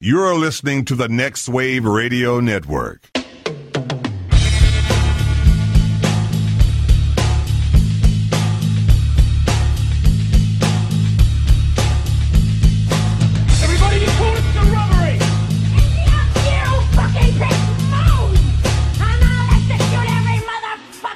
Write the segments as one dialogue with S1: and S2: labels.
S1: You're listening to the Next Wave Radio Network.
S2: Everybody, you call it the robbery!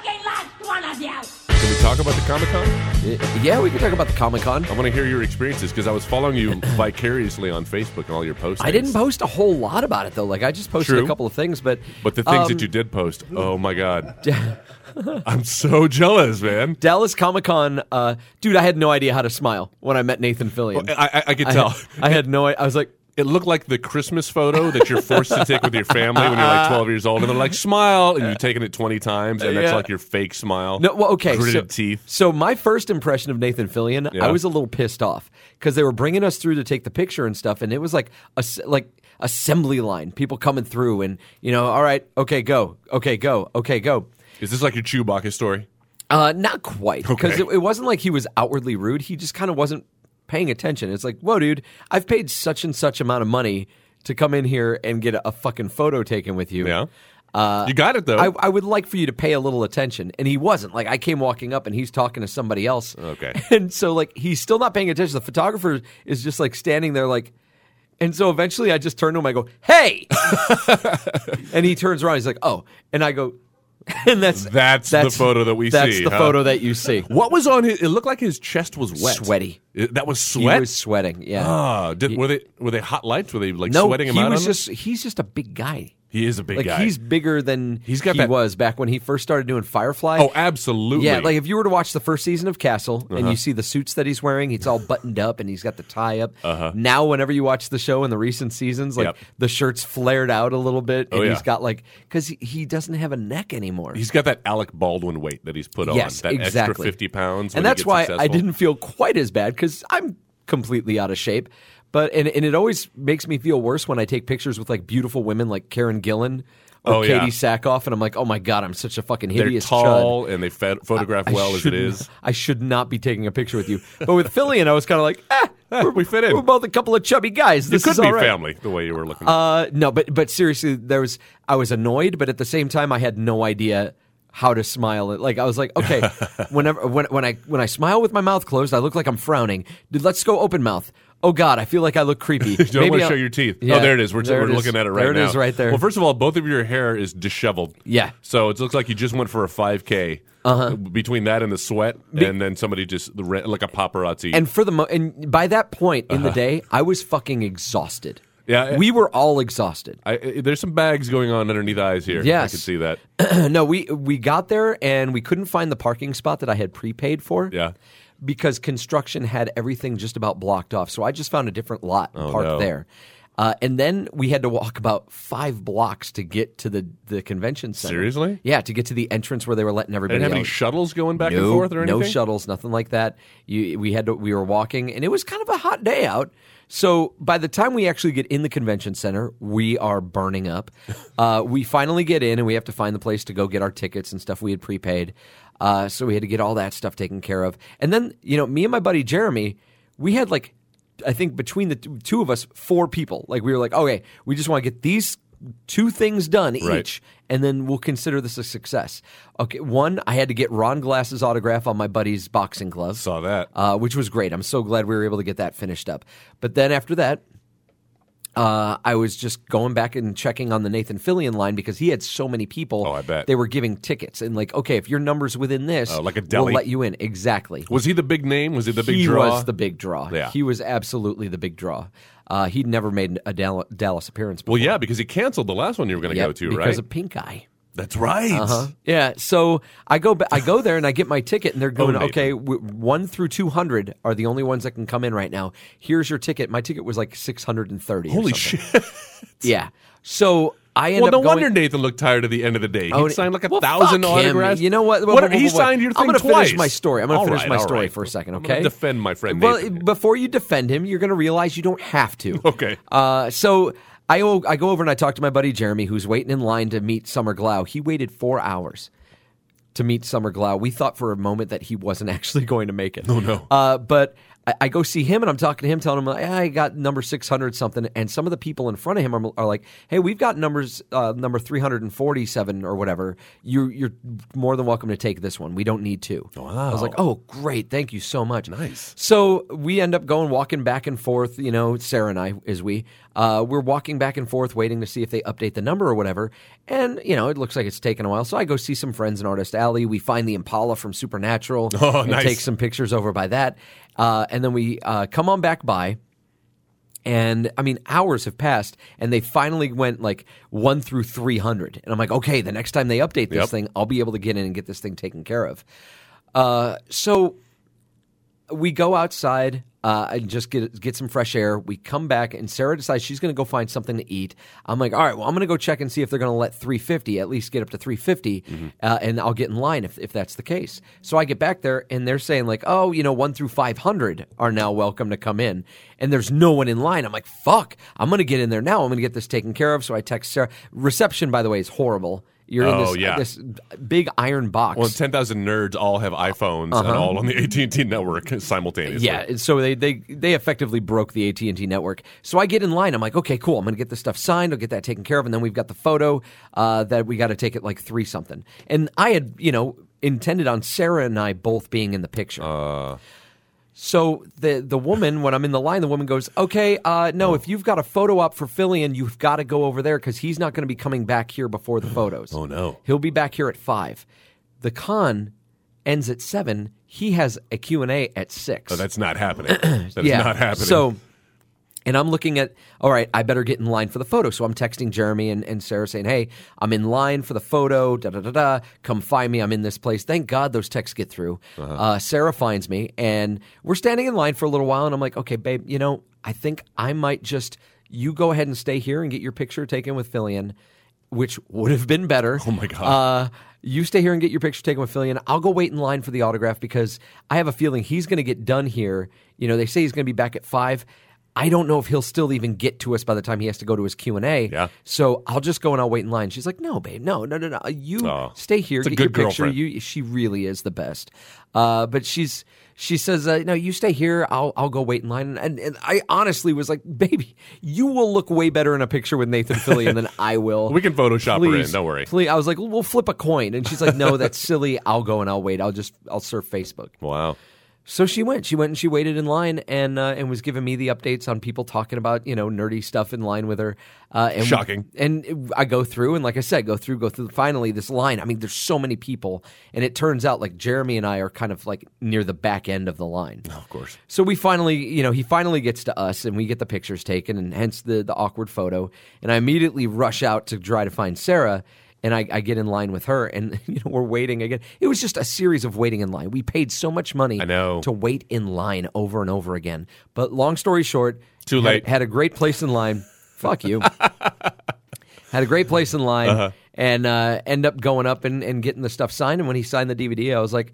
S3: Can we talk about the Comic Con?
S4: Uh, Yeah, we can talk about the Comic Con.
S3: I want to hear your experiences because I was following you vicariously on Facebook and all your posts.
S4: I didn't post a whole lot about it though. Like I just posted
S3: True.
S4: a couple of things, but
S3: But the things
S4: um,
S3: that you did post, oh my God. I'm so jealous, man.
S4: Dallas Comic Con, uh, dude, I had no idea how to smile when I met Nathan Fillion.
S3: I, I, I could tell.
S4: I had no. I was like,
S3: It looked like the Christmas photo that you're forced to take with your family when you're like 12 years old, and they're like, smile, and you've taken it 20 times, and that's
S4: Yeah.
S3: like your fake smile.
S4: no, well, okay.
S3: Gritted
S4: so,
S3: teeth.
S4: So my first impression of Nathan Fillion,
S3: Yeah.
S4: I was a little pissed off because they were bringing us through to take the picture and stuff, and it was like a s- like assembly line, people coming through, and you know, all right, okay, go, okay, go, okay, go.
S3: Is this like your Chewbacca story?
S4: Uh, not quite, because
S3: Okay.
S4: it, it wasn't like he was outwardly rude. He just kind of wasn't paying attention. It's like, whoa, dude, I've paid such and such amount of money to come in here and get a, a fucking photo taken with you.
S3: Yeah. you got it, though.
S4: Uh, I, I would like for you to pay a little attention. And he wasn't. Like, I came walking up and he's talking to somebody else.
S3: Okay.
S4: And so, like, he's still not paying attention. The photographer is just, like, standing there, like, and so eventually I just turn to him. I go, hey. and he turns around. He's like, oh. And I go, and that's
S3: That's the photo that we
S4: that's
S3: see,
S4: the
S3: huh?
S4: photo that you see.
S3: what was on his? It looked like his chest was wet.
S4: Sweaty.
S3: It- that was
S4: He
S3: sweat.
S4: was sweating. Yeah.
S3: Ah, did, were they were they hot lights? Were they like
S4: no,
S3: sweating him
S4: he
S3: out?
S4: was
S3: on
S4: just he's just a big guy.
S3: He is a big
S4: like
S3: guy.
S4: he's bigger than
S3: He's got
S4: he
S3: that-
S4: was back when he first started doing Firefly.
S3: oh, absolutely. Uh-huh.
S4: Yeah, like if you were to watch the first season of Castle and you see the suits that he's wearing, he's all buttoned up and he's got the tie up. Uh-huh. Now, whenever you watch the show in the recent seasons, like
S3: Yep.
S4: the shirt's flared out a little bit and
S3: Oh, yeah.
S4: he's got like because he, he doesn't have a neck anymore.
S3: he's got that Alec Baldwin weight that he's put
S4: yes,
S3: on. That
S4: exactly.
S3: extra fifty pounds, when
S4: and
S3: he
S4: that's
S3: gets
S4: why I
S3: successful.
S4: didn't feel quite as bad because I'm completely out of shape. But and and it always makes me feel worse when I take pictures with like beautiful women like Karen Gillan or
S3: Oh,
S4: Katie
S3: yeah.
S4: Sackhoff, and I'm like, oh my god, I'm such a fucking
S3: They're
S4: hideous chud.
S3: tall and they fed, photograph
S4: I
S3: well as it
S4: should-
S3: is.
S4: I should not be taking a picture with you. But with Philly and I was kind of like, ah, we're,
S3: we fit in.
S4: We're both a couple of chubby guys.
S3: It
S4: This
S3: could
S4: is
S3: be
S4: all right.
S3: family the way you were looking.
S4: Uh, no, but but seriously, there was I was annoyed, but at the same time, I had no idea how to smile. Like I was like, okay, whenever when when I when I smile with my mouth closed, I look like I'm frowning. Dude, let's go open mouth. Oh God, I feel like I look creepy.
S3: you don't want to
S4: I'll-
S3: show your teeth.
S4: Yeah,
S3: oh, there it is. We're,
S4: there
S3: we're looking at it right
S4: there
S3: now.
S4: It is right there.
S3: Well, first of all, both of your hair is disheveled.
S4: Yeah.
S3: So it looks like you just went for a five k. Uh-huh. Between that and the sweat, and then somebody just the re- like a paparazzi.
S4: and for the mo- and by that point in the day, I was fucking exhausted.
S3: Uh-huh. Yeah,
S4: we were all exhausted.
S3: I, I- there's some bags going on underneath eyes here. I
S4: Yes.
S3: can see that.
S4: no, we we got there and we couldn't find the parking spot that I had prepaid for.
S3: Yeah.
S4: Because construction had everything just about blocked off. So I just found a different lot and parked
S3: Oh, no.
S4: there. Uh, and then we had to walk about five blocks to get to the, the convention center.
S3: Seriously?
S4: Yeah, to get to the entrance where they were letting
S3: They
S4: everybody
S3: didn't have
S4: out.
S3: any shuttles going back and
S4: No-
S3: forth or anything.
S4: No shuttles, nothing like that. You, we had to, we were walking, and it was kind of a hot day out. So by the time we actually get in the convention center, we are burning up. Uh, we finally get in, and we have to find the place to go get our tickets and stuff we had prepaid. Uh, so we had to get all that stuff taken care of, and then you know, me and my buddy Jeremy, we had like. I think between the t- two of us, four people. Like we were like, okay, we just want to get these two things done
S3: Right.
S4: each, and then we'll consider this a success. Okay, one, I had to get Ron Glass's autograph on my buddy's boxing gloves,
S3: Saw that.
S4: uh, which was great. I'm so glad we were able to get that finished up. But then after that, uh, I was just going back and checking on the Nathan Fillion line because he had so many people.
S3: Oh, I bet.
S4: they were giving tickets and like, okay, if your number's within this,
S3: Oh, like a deli.
S4: we'll let you in. Exactly
S3: was he the big name? Was he the big
S4: he
S3: draw?
S4: was the big draw.
S3: Yeah.
S4: He was absolutely the big draw. Uh, he'd never made a Dal- Dallas appearance before.
S3: well, yeah, because he canceled the last one you were going to
S4: Yep,
S3: go to,
S4: because
S3: right?
S4: of Uh-huh. pink eye.
S3: That's right.
S4: Yeah, so I go ba- I go there and I get my ticket and they're going,
S3: Nathan.
S4: okay, w- 1 through 200 are the only ones that can come in right now. Here's your ticket. My ticket was like 630. or
S3: Holy
S4: something.
S3: shit!
S4: Yeah. So I end
S3: well,
S4: up
S3: no
S4: going,
S3: wonder Nathan looked tired at the end of the day. He
S4: Oh,
S3: would signed like a
S4: well,
S3: thousand
S4: fuck him.
S3: autographs.
S4: You know what? Whoa,
S3: What-
S4: whoa, whoa,
S3: he
S4: whoa, whoa.
S3: signed your
S4: I'm
S3: thing
S4: gonna finish
S3: twice.
S4: my story. I'm gonna
S3: All
S4: finish
S3: right,
S4: my
S3: all
S4: story
S3: right.
S4: for a second,
S3: I'm gonna
S4: okay?
S3: defend my friend.
S4: Well,
S3: Nathan here.
S4: before you defend him, you're going to realize you don't have to.
S3: Okay.
S4: Uh, so I, o- I go over and I talk to my buddy Jeremy, who's waiting in line to meet Summer Glau. He waited four hours
S3: Oh,
S4: to meet Summer Glau. We thought for a moment that he wasn't actually going to make it. No, no. Uh, but I, I go see him and I'm talking to him, telling him like, "Yeah, I got number six hundred something, and some of the people in front of him are, are like, "Hey, we've got numbers uh, number three hundred and forty seven or whatever. You you're more than welcome to take this one. We don't need two. I was like, "Oh, great, thank you so much." Nice. So we end up going walking back and forth. You know, Sarah and I, as we, uh, we're walking back and forth, waiting to see if they update the number or whatever. And you know, it looks like it's taken a while. So I go see some friends in Artist Alley. We find the Impala from Supernatural.
S3: Oh,
S4: and
S3: nice.
S4: Take some pictures over by that. Uh, and then we uh, come on back by. And I mean, hours have passed, and they finally went like one through 300. And I'm like, okay, the next time they update this
S3: Yep.
S4: thing, I'll be able to get in and get this thing taken care of. Uh, so we go outside uh, and just get get some fresh air. We come back, and Sarah decides she's going to go find something to eat. I'm like, all right, well, I'm going to go check and see if they're going to let 350 at least get up to 350,
S3: Mm-hmm.
S4: uh, and I'll get in line if if that's the case. So I get back there, and they're saying like, oh, you know, one through 500 are now welcome to come in, and there's no one in line. I'm like, fuck, I'm going to get in there now. I'm going to get this taken care of. So I text Sarah. Reception, by the way, is horrible. You're in
S3: Oh,
S4: this,
S3: yeah.
S4: this big iron box.
S3: Well, ten thousand nerds all have iPhones and all on the AT and T network simultaneously.
S4: Uh-huh. Yeah, and so they they they effectively broke the AT and T network. So I get in line. I'm like, okay, cool. I'm gonna get this stuff signed. I'll get that taken care of, and then we've got the photo uh, that we got to take at like three something. And I had you know intended on Sarah and I both being in the picture. So the the woman, when I'm in the line, the woman goes, "Okay, uh, no, if you've got a photo op for Fillion, you've got to go over there because he's not going to be coming back here before the photos. oh
S3: no.
S4: he'll be back here at five. The con ends at seven. He has a Q and A at six.
S3: So that's not happening. That's not happening.
S4: So, and I'm looking at, all right, I better get in line for the photo. So I'm texting Jeremy and, and Sarah saying, hey, I'm in line for the photo, da da da da. Come find me. I'm in this place. Thank God those texts get through. uh
S3: Uh-huh.
S4: Sarah finds me, and we're standing in line for a little while. And I'm like, okay, babe, you know, I think I might just, you go ahead and stay here and get your picture taken with Fillion, which would have been better. Oh
S3: my God.
S4: uh, you stay here and get your picture taken with Fillion. I'll go wait in line for the autograph because I have a feeling he's going to get done here. You know, they say he's going to be back at five. I don't know if he'll still even get to us by the time he has to go to his Q and A.
S3: Yeah.
S4: So I'll just go and I'll wait in line. She's like, "No, babe, no, no, no, no. You
S3: Aw.
S4: stay here,
S3: Oh. It's a
S4: get
S3: good
S4: your picture.
S3: girlfriend.
S4: You, she really is the best." Uh, but she's she says, uh, "No, you stay here. I'll I'll go wait in line." And, and I honestly was like, "Baby, you will look way better in a picture with Nathan Fillion than I will."
S3: We can Photoshop her in.
S4: please,
S3: Don't worry.
S4: Please, I was like, we'll flip a coin, and she's like, no, that's silly. I'll go and I'll wait. I'll just I'll surf Facebook.
S3: Wow.
S4: So she went. She went and she waited in line and uh, and was giving me the updates on people talking about you know nerdy stuff in line with her. Uh, and
S3: Shocking.
S4: and I go through and like I said, go through, go through. Finally, this line. I mean, there's so many people, and it turns out like Jeremy and I are kind of like near the back end of the line.
S3: Of course.
S4: So we finally, you know, he finally gets to us and we get the pictures taken and hence the, the awkward photo. And I immediately rush out to try to find Sarah and I, I get in line with her and, you know, we're waiting again. It was just a series of waiting in line. We paid so much money
S3: I know.
S4: to wait in line over and over again. But long story short,
S3: Too
S4: had-
S3: late.
S4: Had, a great place in line. Fuck you. had a great place in line
S3: Uh-huh.
S4: and uh, end up going up and, and getting the stuff signed. And when he signed the DVD, I was like,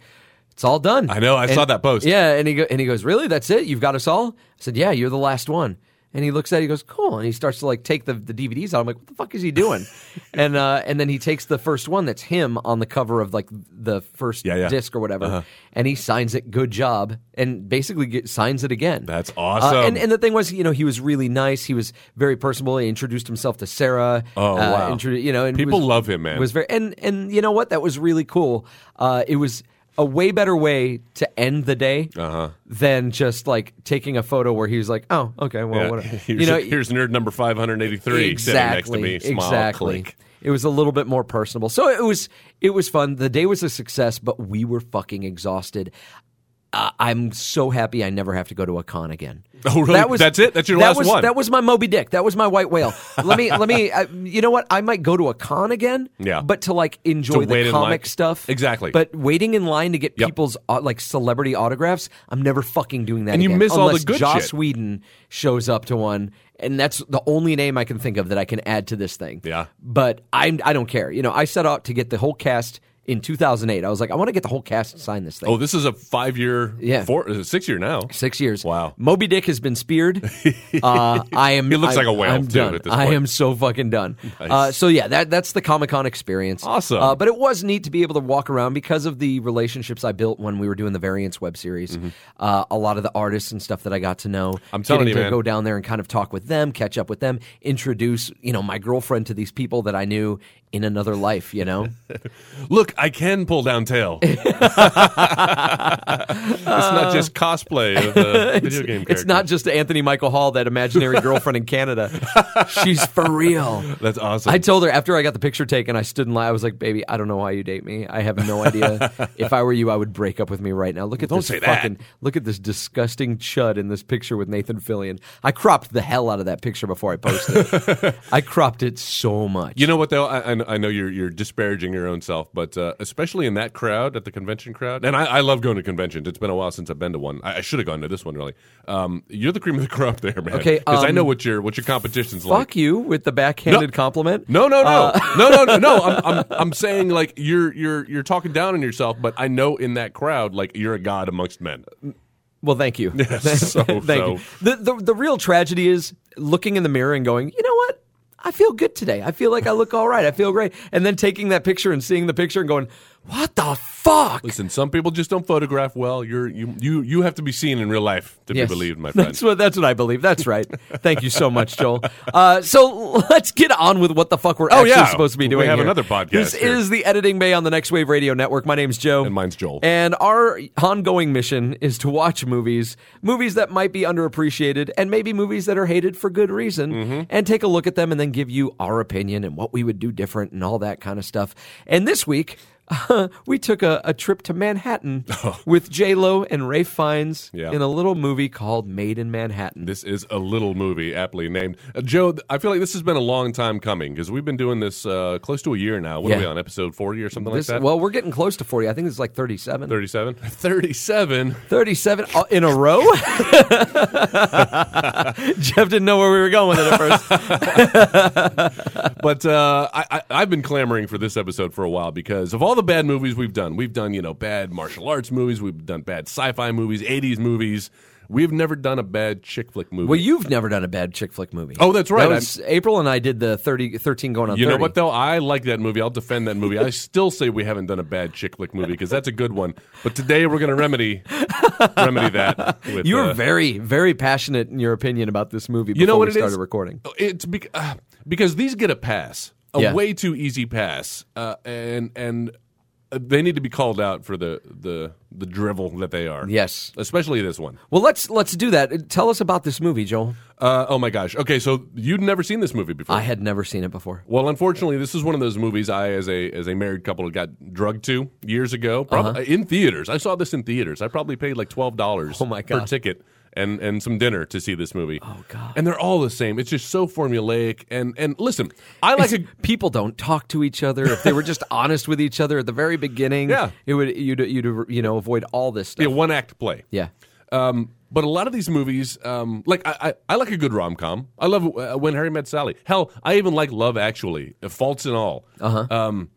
S4: it's all done.
S3: I know, I
S4: And-
S3: saw that post.
S4: Yeah, and he go, and he goes, "Really? That's it? You've got us all?" I said, "Yeah, you're the last one." And he looks at it, he goes, "Cool." And he starts to like take the, the DVDs out. I'm like, "What the fuck is he doing?" and uh, and then he takes the first one that's him on the cover of like the first
S3: Yeah, Uh-huh. yeah.
S4: disc or whatever, and he signs it. Good job, and basically get, signs it again.
S3: That's
S4: Uh,
S3: awesome.
S4: and, and the thing was, you know, he was really nice. He was very personable. He introduced himself to Sarah.
S3: Oh,
S4: uh,
S3: wow.
S4: introdu- you know, and
S3: People
S4: was-
S3: love him, man.
S4: Was very and and you know what? That was really cool. Uh, it was a way better way to end the day
S3: Uh-huh.
S4: than just like taking a photo where he was like, "Oh, okay, well,
S3: Yeah.
S4: what
S3: Here's,
S4: you know,
S3: here's nerd number five hundred eighty three
S4: exactly,
S3: sitting next to me. Smile,
S4: exactly."
S3: click.
S4: It was a little bit more personable, so it was it was fun. The day was a success, but we were fucking exhausted. Uh, I'm so happy I never have to go to a con again.
S3: Oh, really? That's it? That's your
S4: that
S3: last
S4: was-
S3: one?
S4: That was my Moby Dick. That was my white whale. Let me, let me. I, you know what? I might go to a con again.
S3: Yeah.
S4: But to like enjoy
S3: To wait
S4: the
S3: in line.
S4: comic stuff,
S3: Exactly.
S4: But waiting in line to get
S3: Yep.
S4: people's uh, like celebrity autographs, I'm never fucking doing that.
S3: And you
S4: again,
S3: miss all the
S4: unless
S3: good
S4: Joss
S3: shit.
S4: Whedon shows up to one, and that's the only name I can think of that I can add to this thing.
S3: Yeah.
S4: But I, I don't care. You know, I set out to get the whole cast in 2008. I was like, I want to get the whole cast to sign this thing.
S3: Oh, this is a five year,
S4: Yeah.
S3: four, uh, six year now.
S4: Six years.
S3: Wow.
S4: Moby Dick has been speared. Uh, I am.
S3: He looks
S4: I-
S3: like a whale,
S4: I'm
S3: too,
S4: done.
S3: at this
S4: I
S3: point.
S4: am so fucking done. Uh, so yeah, that that's the Comic Con experience.
S3: Awesome.
S4: Uh, but it was neat to be able to walk around because of the relationships I built when we were doing the Variants web series. Uh, a lot of the artists and stuff that I got to know.
S3: Mm-hmm. I'm telling
S4: getting
S3: you,
S4: to
S3: man.
S4: go down there and kind of talk with them, catch up with them, introduce you know my girlfriend to these people that I knew in another life. You know.
S3: Look, I can pull down tail. it's not just cosplay of a video game character.
S4: It's not just Anthony Michael Hall, that imaginary girlfriend in Canada. She's for real.
S3: That's awesome.
S4: I told her after I got the picture taken, I stood and lied. I was like, "Baby, I don't know why you date me. I have no idea. if I were you, I would break up with me right now. Look at
S3: Don't
S4: this
S3: say that.
S4: fucking look at this disgusting chud in this picture with Nathan Fillion. I cropped the hell out of that picture before I posted. it. I cropped it so much.
S3: You know what though? I, I- I know you're you're disparaging your own self, but uh, especially in that crowd at the convention crowd, and I, I love going to conventions. It's been a while since I've been to one. I, I should have gone to this one really. Um, you're the cream of the crop there, man.
S4: Okay,
S3: because I
S4: um,
S3: know what your what your competition's like.
S4: fuck you with the backhanded
S3: No.
S4: compliment.
S3: No, no, no,
S4: Uh.
S3: no, no, no, no. I'm, I'm, I'm saying like you're, you're, you're talking down on yourself, but I know in that crowd, like you're a god amongst men.
S4: Well, thank you.
S3: so,
S4: thank you.
S3: so.
S4: The, the the real tragedy is looking in the mirror and going, you know what? I feel good today. I feel like I look all right. I feel great. And then taking that picture and seeing the picture and going, what the fuck?
S3: Listen, some people just don't photograph well. You're, you, you, you have to be seen in real life to
S4: Yes.
S3: be believed, my friend.
S4: That's what that's what I believe. That's right. Thank you so much, Joel. Uh, so let's get on with what the fuck we're actually
S3: Oh, yeah.
S4: supposed to be
S3: We
S4: doing.
S3: have
S4: here.
S3: another podcast
S4: This
S3: here.
S4: is the Editing Bay on the Next Wave Radio Network. My name's Joe,
S3: And mine's Joel.
S4: And our ongoing mission is to watch movies, movies that might be underappreciated, and maybe movies that are hated for good reason,
S3: Mm-hmm.
S4: and take a look at them and then give you our opinion and what we would do different and all that kind of stuff. And this week. we took a, a trip to Manhattan with J Lo and Ray Fiennes
S3: Yeah.
S4: in a little movie called Made in Manhattan.
S3: This is a little movie, aptly named. Uh, Joe, th- I feel like this has been a long time coming because we've been doing this uh, close to a year now. What
S4: Yeah.
S3: are we on, episode 40 or something
S4: This-
S3: like that?
S4: well, we're getting close to 40. I think it's like 37.
S3: 37? 37?
S4: 37 all- uh, in a row? Jeff didn't know where we were going with it at first.
S3: But uh, I, I, I've been clamoring for this episode for a while because of all the bad movies we've done. We've done, you know, bad martial arts movies. We've done bad sci-fi movies, 80s movies. We've never done a bad chick flick movie.
S4: well, you've never done a bad chick flick movie.
S3: Oh, that's right.
S4: That was- April and I did the 30, 13 going on
S3: you
S4: 30.
S3: know what, though? I like that movie. I'll defend that movie. I still say we haven't done a bad chick flick movie because that's a good one. But today we're going to remedy remedy that. With,
S4: You were
S3: uh,
S4: very, very passionate in your opinion about this movie before
S3: You know what
S4: we
S3: it is?
S4: started recording.
S3: It's bec- uh, because these get a pass, a
S4: Yeah.
S3: way too easy pass, uh, and and uh, they need to be called out for the the the drivel that they are.
S4: Yes.
S3: especially this one.
S4: Well, let's let's do that. Tell us about this movie, Joel.
S3: Uh, oh my gosh. Okay, so you'd never seen this movie before.
S4: I had never seen it before.
S3: Well, unfortunately, this is one of those movies I, as a as a married couple, got drugged to years ago,
S4: Uh-huh.
S3: probably in theaters. I saw this in theaters. I probably paid like twelve dollars
S4: Oh, my
S3: per
S4: God.
S3: ticket and and some dinner to see this movie. Oh
S4: God.
S3: And they're all the same. It's just so formulaic. And and listen, I like
S4: It's-
S3: a
S4: people don't talk to each other. If they were just honest with each other at the very beginning,
S3: Yeah.
S4: it would you'd you'd you know avoid all this
S3: be a
S4: stuff.
S3: one act play.
S4: Yeah.
S3: Um, but a lot of these movies, um, like I, I, I like a good rom com. I love uh, When Harry Met Sally. Hell, I even like Love Actually, uh, faults and all. Uh-huh. Um,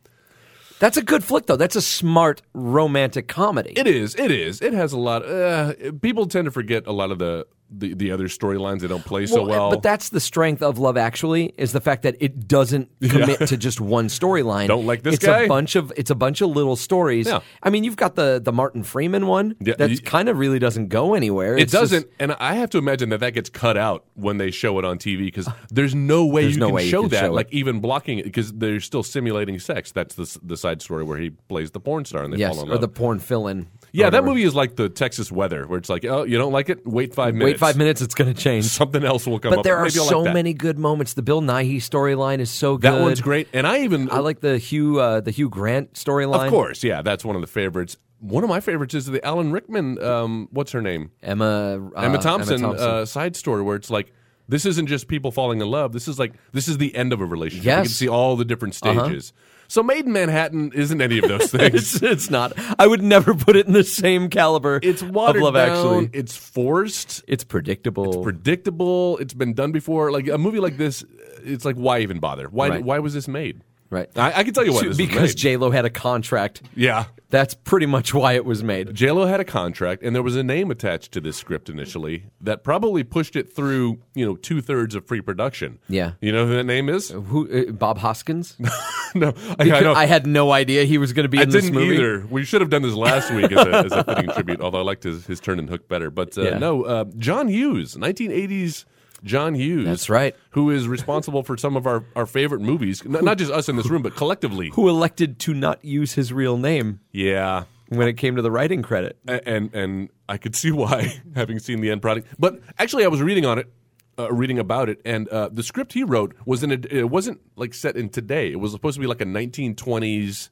S4: That's a good flick though. That's a smart romantic comedy.
S3: it is, it is, it has a lot. uh, people tend to forget a lot of the the, the other storylines. They don't play so well.
S4: But that's the strength of Love Actually is the fact that it doesn't commit to just one storyline.
S3: Don't like this
S4: it's
S3: guy?
S4: A bunch of it's a bunch of little stories.
S3: Yeah.
S4: I mean, you've got the the Martin Freeman one
S3: Yeah,
S4: that
S3: you-
S4: kind of really doesn't go anywhere.
S3: it
S4: It's just-
S3: doesn't, and I have to imagine that that gets cut out when they show it on TV because there's no way
S4: There's
S3: you
S4: no
S3: can
S4: way you
S3: show
S4: can
S3: that.
S4: show it.
S3: like even blocking it because they're still simulating sex. That's the s- the side story where he plays the porn star and they
S4: yes,
S3: fall in
S4: or
S3: love.
S4: the porn fill-in.
S3: yeah,
S4: or
S3: that
S4: whatever.
S3: movie is like the Texas weather where it's like, oh, you don't like it? Wait five minutes.
S4: Wait five minutes, it's going to change.
S3: something else will come
S4: But
S3: up.
S4: there are
S3: Maybe I'll like
S4: so
S3: that.
S4: many good moments. The Bill Nighy storyline is so good.
S3: That one's great, and I even
S4: I like the Hugh uh, the Hugh Grant storyline.
S3: Of course, yeah, that's one of the favorites. One of my favorites is the Alan Rickman. Um, what's her name?
S4: Emma uh,
S3: Emma Thompson, Uh, side story where it's like this isn't just people falling in love. This is like this is the end of a relationship. You can
S4: Yes. Uh-huh.
S3: see all the different stages. So, Made in Manhattan isn't any of those things.
S4: it's, it's not. I would never put it in the same caliber.
S3: it's
S4: of
S3: watered
S4: Love
S3: down.
S4: Actually.
S3: It's forced.
S4: It's predictable.
S3: Predictable. It's been done before. Like a movie like this, it's like why even bother? Why
S4: Right.
S3: why was this made?
S4: right?
S3: I, I can tell you what this was
S4: because
S3: made.
S4: J Lo had a contract.
S3: yeah.
S4: That's pretty much why it was made.
S3: J Lo had a contract, and there was a name attached to this script initially that probably pushed it through, you know, two thirds of pre-production.
S4: Yeah.
S3: you know who that name is?
S4: Who? Uh, Bob Hoskins?
S3: no, I, I, know.
S4: I had no idea he was going to be
S3: I
S4: in this
S3: didn't
S4: movie.
S3: either. We should have done this last week as a, as a fitting tribute, although I liked his, his turn and hook better. But uh,
S4: Yeah.
S3: no, uh, John Hughes, 1980s John Hughes.
S4: That's right.
S3: Who is responsible for some of our, our favorite movies, N- not just us in this room, but collectively.
S4: Who elected to not use his real name
S3: Yeah.
S4: when it came to the writing credit?
S3: A- And, and I could see why, having seen the end product. But actually, I was reading on it. Uh, reading about it, and uh, the script he wrote was in a, it wasn't like set in today. It was supposed to be like a 1920s,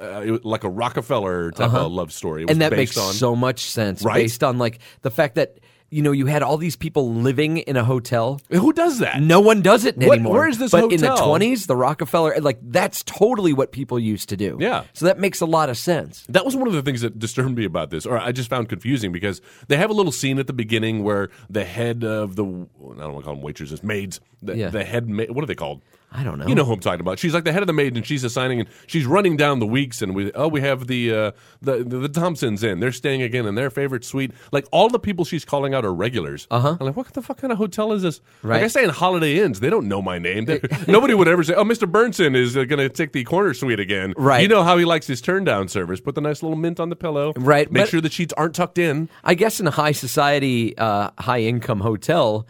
S3: uh, it was like a Rockefeller type of love story. It was
S4: Uh-huh. and that
S3: based
S4: makes
S3: on,
S4: so much sense
S3: Right?
S4: based on like the fact that you know you had all these people living in a hotel.
S3: Who does that?
S4: No one does it
S3: What-
S4: anymore.
S3: where is this
S4: But in the
S3: hotel?
S4: twenties, the Rockefeller, like that's totally what people used to do.
S3: Yeah.
S4: So that makes a lot of sense.
S3: That was one of the things that disturbed me about this, or I just found confusing because they have a little scene at the beginning where the head of the I don't want to call them waitresses, maids. The,
S4: Yeah.
S3: the head, ma- what are they called?
S4: I don't know.
S3: You know who I'm talking about. She's like the head of the maid, and she's assigning, and she's running down the weeks, and we oh we have the uh, the, the the Thompsons in. They're staying again in their favorite suite. Like all the people she's calling out are regulars. Uh huh. I'm like, what the fuck kind of hotel is this? Like
S4: Uh-huh. Right.
S3: I stay in Holiday Inns. They don't know my name. They- nobody would ever say, oh, Mr. Burnson is uh, going to take the corner suite again.
S4: Right.
S3: You know how he likes his turn down service. Put the nice little mint on the pillow.
S4: Right,
S3: Make
S4: but-
S3: sure the sheets aren't tucked in.
S4: I guess in a high society, uh, high income hotel,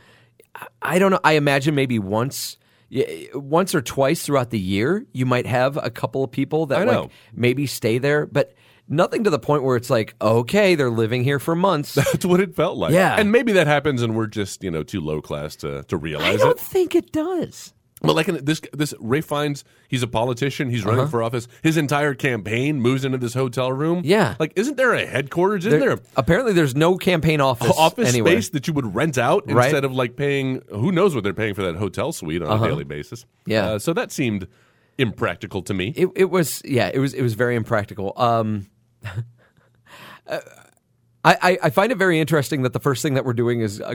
S4: I- I don't know. I imagine maybe once. y- Once or twice throughout the year, you might have a couple of people
S3: I
S4: that
S3: know.
S4: like maybe stay there, but nothing to the point where it's like, okay, they're living here for months.
S3: That's what it felt like.
S4: Yeah.
S3: And maybe that happens, and we're just you know too low class to to realize it.
S4: I don't think it does.
S3: But like in this, this Ray Fiennes, he's a politician. He's
S4: Uh-huh.
S3: running for office. His entire campaign moves into this hotel room.
S4: Yeah.
S3: like isn't there a headquarters? Isn't there,
S4: There- apparently, there's no campaign office.
S3: a office
S4: anywhere.
S3: space that you would rent out
S4: Right.
S3: instead of like paying? Who knows what they're paying for that hotel suite on a daily basis?
S4: Uh-huh. Yeah.
S3: Uh, so that seemed impractical to me.
S4: It, it was yeah. It was it was very impractical. Um, uh, I, I I find it very interesting that the first thing that we're doing is uh,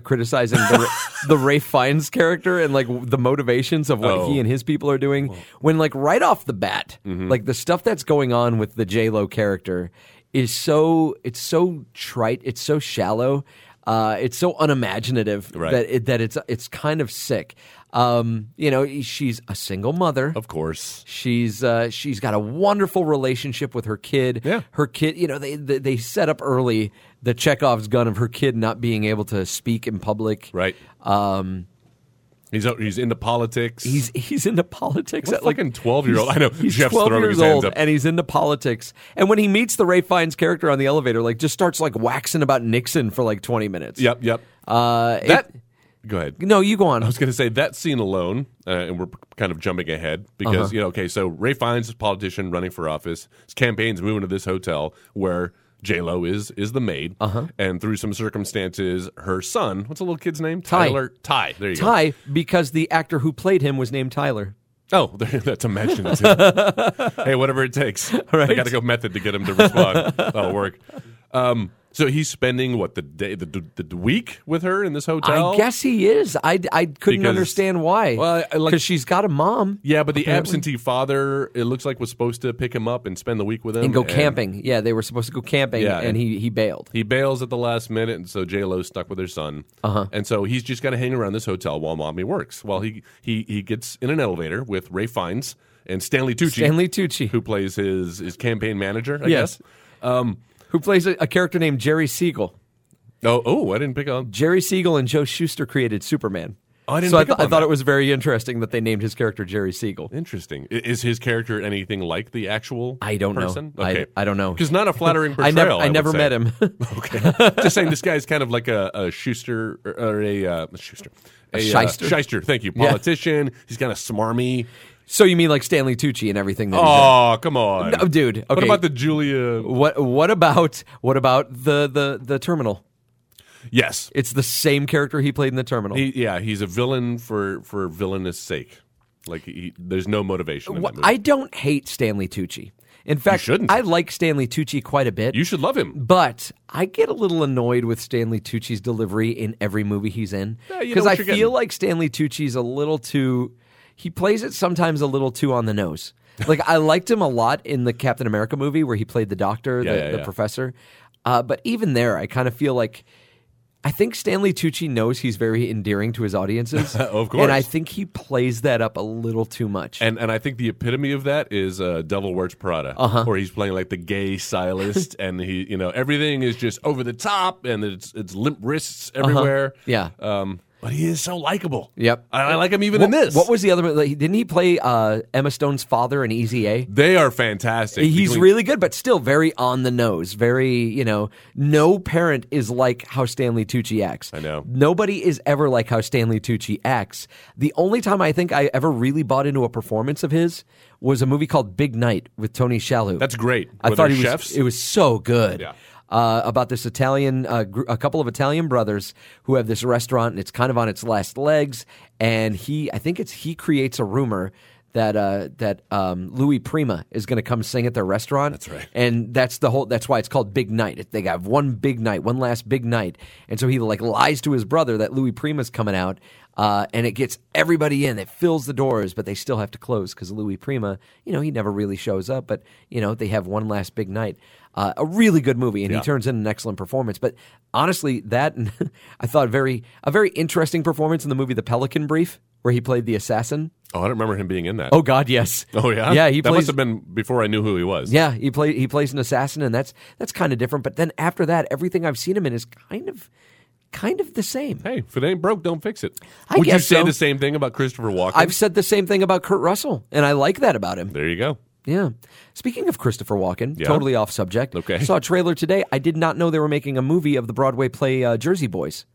S4: criticizing the, the Ray Fiennes character and like w- the motivations of what
S3: Oh. Mm-hmm.
S4: he and his people are doing. When like right off the bat, like the stuff that's going on with the J Lo character is so it's so trite. It's so shallow. Uh, it's so unimaginative
S3: Right.
S4: that it, that it's it's kind of sick. Um, you know, she's a single mother.
S3: of course,
S4: She's uh, she's got a wonderful relationship with her kid.
S3: Yeah.
S4: her kid. You know they, they they set up early the Chekhov's gun of her kid not being able to speak in public.
S3: right?
S4: Um,
S3: He's out- he's into politics.
S4: he's he's into politics.
S3: What a fucking 12-year-old.
S4: he's-
S3: I know.
S4: he's
S3: Jeff's
S4: twelve
S3: throwing
S4: years
S3: his hands
S4: old
S3: up.
S4: and he's into politics. And when he meets the Ray Fiennes character on the elevator, like just starts like waxing about Nixon for like twenty minutes.
S3: yep, yep.
S4: Uh, it-
S3: that. Go ahead.
S4: no, you go on.
S3: I was going to say that scene alone, uh, and we're kind of jumping ahead
S4: Uh-huh.
S3: because you know, okay, so Ray Fiennes is a politician running for office. His campaign's moving to this hotel where J Lo is is the maid, uh-huh. and through some circumstances, her son, what's the little kid's name?
S4: Ty.
S3: Tyler. Ty. There you
S4: Ty, because the actor who played him was named Tyler.
S3: go. Oh, there- that's imaginative. hey, whatever it takes. I got to go method to get him to respond. That'll work. Um, so he's spending what the day, the, the, the week with her in this hotel.
S4: I guess he is. I, I couldn't
S3: Because-
S4: understand why.
S3: Well, I- I like-
S4: because she's got a mom.
S3: Yeah, but the
S4: apparently.
S3: absentee father, it looks like was supposed to pick him up and spend the week with him
S4: and go camping. Yeah, they were supposed to go camping,
S3: Yeah,
S4: and,
S3: and-
S4: he he bailed.
S3: He bails at the last minute, and so J Lo's stuck with her son. Uh-huh. And so he's just got to hang around this hotel while mommy works. While he he he gets in an elevator with Ray Fiennes and Stanley Tucci,
S4: Stanley Tucci, who,
S3: who plays his his campaign manager. I
S4: Yes.
S3: guess. Um.
S4: plays a, a character named Jerry Siegel.
S3: Oh, oh, I didn't pick up.
S4: Jerry Siegel and Joe Schuster created Superman.
S3: Oh, I didn't
S4: so I,
S3: pick up
S4: I
S3: on
S4: thought
S3: that.
S4: it was very interesting that they named his character Jerry Siegel.
S3: Interesting. I- Is his character anything like the actual?
S4: I don't know.
S3: person?
S4: I- I don't know.
S3: Because not a flattering
S4: I
S3: portrayal.
S4: never, I
S3: would
S4: never
S3: say.
S4: met him.
S3: Okay. Just saying, this guy's kind of like a, a Schuster or, or a uh, Schuster, a,
S4: shyster?
S3: Uh, shyster. Thank you,
S4: Yeah.
S3: politician. He's kind of smarmy.
S4: so you mean like Stanley Tucci and everything? That he's in?
S3: Oh, come on,
S4: No, dude,
S3: What
S4: okay.
S3: about the Julia?
S4: What what about what about the the the Terminal?
S3: Yes,
S4: It's the same character he played in the Terminal.
S3: he, yeah, he's a villain for for villainous sake. Like he, there's no motivation. In
S4: Well,
S3: that movie.
S4: I don't hate Stanley Tucci. In fact,
S3: shouldn't.
S4: I like Stanley Tucci quite a bit.
S3: you should love him.
S4: But I get a little annoyed with Stanley Tucci's delivery in every movie he's in
S3: Yeah, you know
S4: because
S3: what
S4: I
S3: you're
S4: feel
S3: getting.
S4: like Stanley Tucci's a little too. He plays it sometimes a little too on the nose. Like I liked him a lot in the Captain America movie where he played the doctor,
S3: Yeah,
S4: the,
S3: yeah,
S4: the
S3: yeah.
S4: professor. Uh, but even there, I kind of feel like I think Stanley Tucci knows he's very endearing to his audiences.
S3: Of course.
S4: and I think he plays that up a little too much.
S3: And and I think the epitome of that is uh, Devil Wears Prada, uh-huh. where he's playing like the gay stylist, and he you know everything is just over the top, and it's it's limp wrists everywhere.
S4: Uh-huh. Yeah.
S3: Um, but he is so likable.
S4: Yep.
S3: I, I like him even
S4: what,
S3: in this.
S4: what was the other? Like, didn't he play uh, Emma Stone's father in Easy A?
S3: they are fantastic.
S4: He's
S3: Between-
S4: really good, but still very on the nose. Very, you know, no parent is like how Stanley Tucci acts. I
S3: know.
S4: Nobody is ever like how Stanley Tucci acts. The only time I think I ever really bought into a performance of his was a movie called Big Night with Tony Shalhoub.
S3: That's great.
S4: I
S3: Were
S4: thought
S3: they
S4: he
S3: chefs?
S4: was. It was so good.
S3: Yeah.
S4: Uh, about this Italian, uh, gr- a couple of Italian brothers who have this restaurant, and it's kind of on its last legs. And he, I think it's he creates a rumor that uh, that um, Louis Prima is going to come sing at their restaurant. That's
S3: right.
S4: And that's the whole. That's why it's called Big Night. It- They have one big night, one last big night. And so he like lies to his brother that Louis Prima's coming out. Uh, and it gets everybody in. It fills the doors, but they still have to close because Louis Prima, you know, he never really shows up. But you know, they have one last big night. Uh, a really good movie, and
S3: Yeah.
S4: he turns in an excellent performance. But honestly, that and I thought very a very interesting performance in the movie The Pelican Brief, where he played the assassin.
S3: Oh, I don't remember him being in that.
S4: Oh God, yes.
S3: Oh, yeah.
S4: yeah. He
S3: that
S4: plays
S3: must have been before I knew who he was.
S4: yeah, he play he plays an assassin, and that's that's kind of different. But then after that, everything I've seen him in is kind of kind of the same.
S3: Hey, if it ain't broke, don't fix it.
S4: I
S3: Would you
S4: guess
S3: say
S4: so.
S3: the same thing about Christopher Walken?
S4: I've said the same thing about Kurt Russell, and I like that about him.
S3: there you go.
S4: Yeah. Speaking of Christopher Walken,
S3: Yeah.
S4: totally off subject.
S3: Okay.
S4: Saw a trailer today. I did not know they were making a movie of the Broadway play uh, Jersey Boys.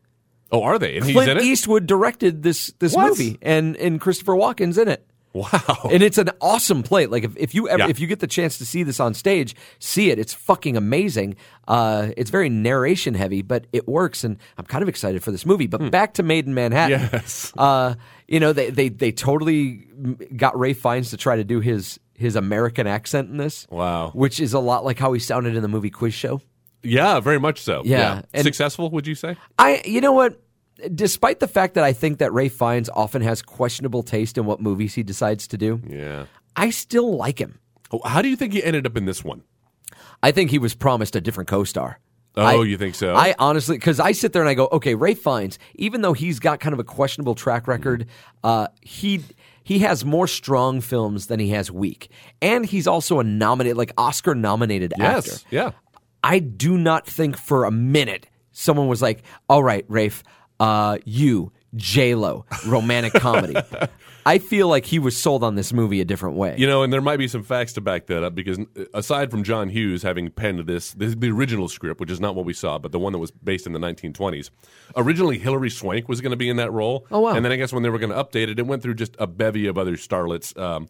S3: Oh, are they? And he's in
S4: Clint
S3: it.
S4: Eastwood directed this this
S3: What?
S4: movie, and and Christopher Walken's in it.
S3: Wow.
S4: And it's an awesome play. Like if, if you ever
S3: Yeah.
S4: if you get the chance to see this on stage, see it. It's fucking amazing. Uh, it's very narration heavy, but it works. And I'm kind of excited for this movie. But back to Made in Manhattan.
S3: Hmm. Yes.
S4: Uh, you know they they they totally got Ray Fiennes to try to do his his American accent in this.
S3: Wow.
S4: Which is a lot like how he sounded in the movie Quiz Show.
S3: Yeah, very much so.
S4: Yeah, and-
S3: Successful, would you say?
S4: I you know what? Despite the fact that I think that Ray Fiennes often has questionable taste in what movies he decides to do,
S3: Yeah.
S4: I still like him.
S3: Oh, how do you think he ended up in this one?
S4: I think he was promised a different co-star.
S3: Oh,
S4: I-
S3: you think so?
S4: I honestly, because I sit there and I go, okay, Ray Fiennes, even though he's got kind of a questionable track
S3: Mm-hmm.
S4: record, uh, he he has more strong films than he has weak, and he's also a nominated, like Oscar nominated
S3: yes.
S4: actor.
S3: Yeah.
S4: I do not think for a minute someone was like, "All right, Rafe, uh, you J Lo romantic comedy." I feel like he was sold on this movie a different way.
S3: You know, and there might be some facts to back that up because uh, aside from John Hughes having penned this, this the original script, which is not what we saw, but the one that was based in the 1920s, originally Hilary Swank was going to be in that role.
S4: Oh, wow.
S3: And then I guess when they were going to update it, it went through just a bevy of other starlets. Um,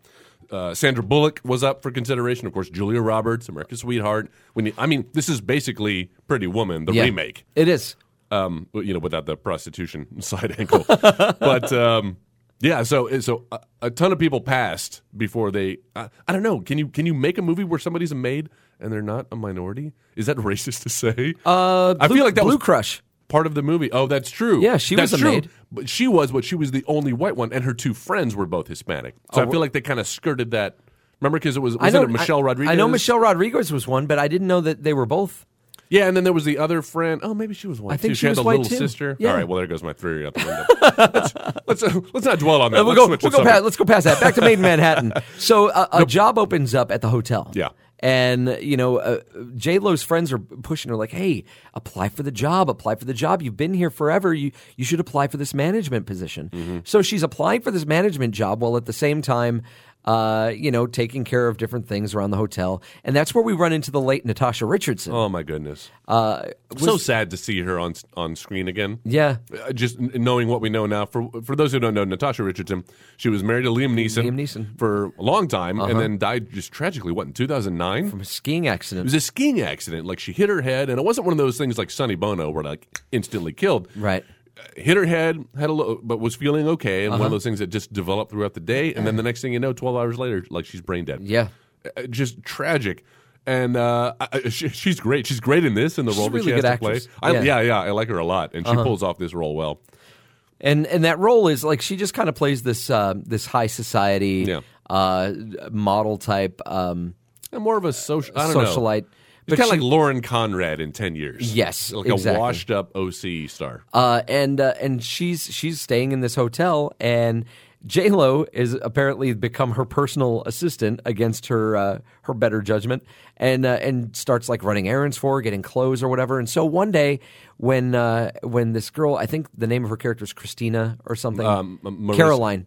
S3: uh, Sandra Bullock was up for consideration, of course. Julia Roberts, America's Sweetheart. When you, I mean, this is basically Pretty Woman, the
S4: Yeah.
S3: remake.
S4: It is.
S3: um, you know, without the prostitution side ankle. but um, yeah, so so a, a ton of people passed before they. I, I don't know. Can you can you make a movie where somebody's a maid and they're not a minority? Is that racist to say? Uh, I feel like that
S4: Blue
S3: was
S4: Crush.
S3: part of the movie. Oh, that's true.
S4: Yeah, she was
S3: That's
S4: a
S3: true.
S4: maid.
S3: but she was, but she was the only white one, and her two friends were both Hispanic. So I feel like they kind of skirted that. Remember, because it was was
S4: know
S3: it Michelle
S4: Oh, I,
S3: Rodriguez?
S4: I know Michelle Rodriguez was one, but I didn't know that they were both.
S3: Yeah, and then there was the other friend. Oh, maybe she was white.
S4: I think
S3: too.
S4: she
S3: had
S4: was
S3: a
S4: white,
S3: little
S4: too.
S3: sister.
S4: Yeah.
S3: All right, well there goes my theory out the window. let's let's, uh, let's not dwell on that.
S4: we'll
S3: Let's
S4: go.
S3: switch
S4: We'll
S3: the
S4: go past,
S3: subject.
S4: let's go past that. Back to Made in Manhattan. So uh, a job opens up at the hotel.
S3: Yeah.
S4: And you know, uh, J Lo's friends are pushing her like, "Hey, apply for the job. Apply for the job. You've been here forever. You you should apply for this management position."
S3: Mm-hmm.
S4: So she's applying for this management job while at the same time, uh, you know, taking care of different things around the hotel. And that's where we run into the late Natasha Richardson.
S3: Oh my goodness. Uh, so sad to see her on on screen again.
S4: Yeah.
S3: Uh, just n- knowing what we know now, for for those who don't know, Natasha Richardson, she was married to Liam Neeson,
S4: Liam Neeson. Uh-huh.
S3: for a long time, and then died just tragically. What in two thousand nine?
S4: From a skiing accident.
S3: It was a skiing accident. Like she hit her head, and it wasn't one of those things like Sonny Bono, where like instantly killed.
S4: Right.
S3: hit her head, had a lo- but was feeling okay, and one
S4: Uh-huh.
S3: of those things that just developed throughout the day, and then the next thing you know, twelve hours later, like she's brain dead.
S4: Yeah.
S3: Uh, just tragic. And uh, I, I- she, she's great. She's great in this in the
S4: She's
S3: role
S4: a
S3: that she
S4: really
S3: has
S4: good
S3: to play.
S4: actress.
S3: I,
S4: Yeah. Uh-huh.
S3: yeah. yeah, I like her a lot, and she pulls off this role well.
S4: and and that role is like she just kind of plays this uh, this high society
S3: Yeah.
S4: uh, model type um,
S3: And more of a social. I don't
S4: socialite.
S3: Know. It's
S4: But
S3: kind of
S4: she-
S3: like Lauren Conrad in ten years.
S4: Yes,
S3: like
S4: exactly.
S3: a washed-up OC star.
S4: uh, and uh, and she's she's staying in this hotel, and J Lo is apparently become her personal assistant against her uh, her better judgment, and uh, and starts like running errands for her, getting clothes or whatever. And so one day, when uh, when this girl, I think the name of her character is Christina or something,
S3: Um, M- Marissa-
S4: Caroline.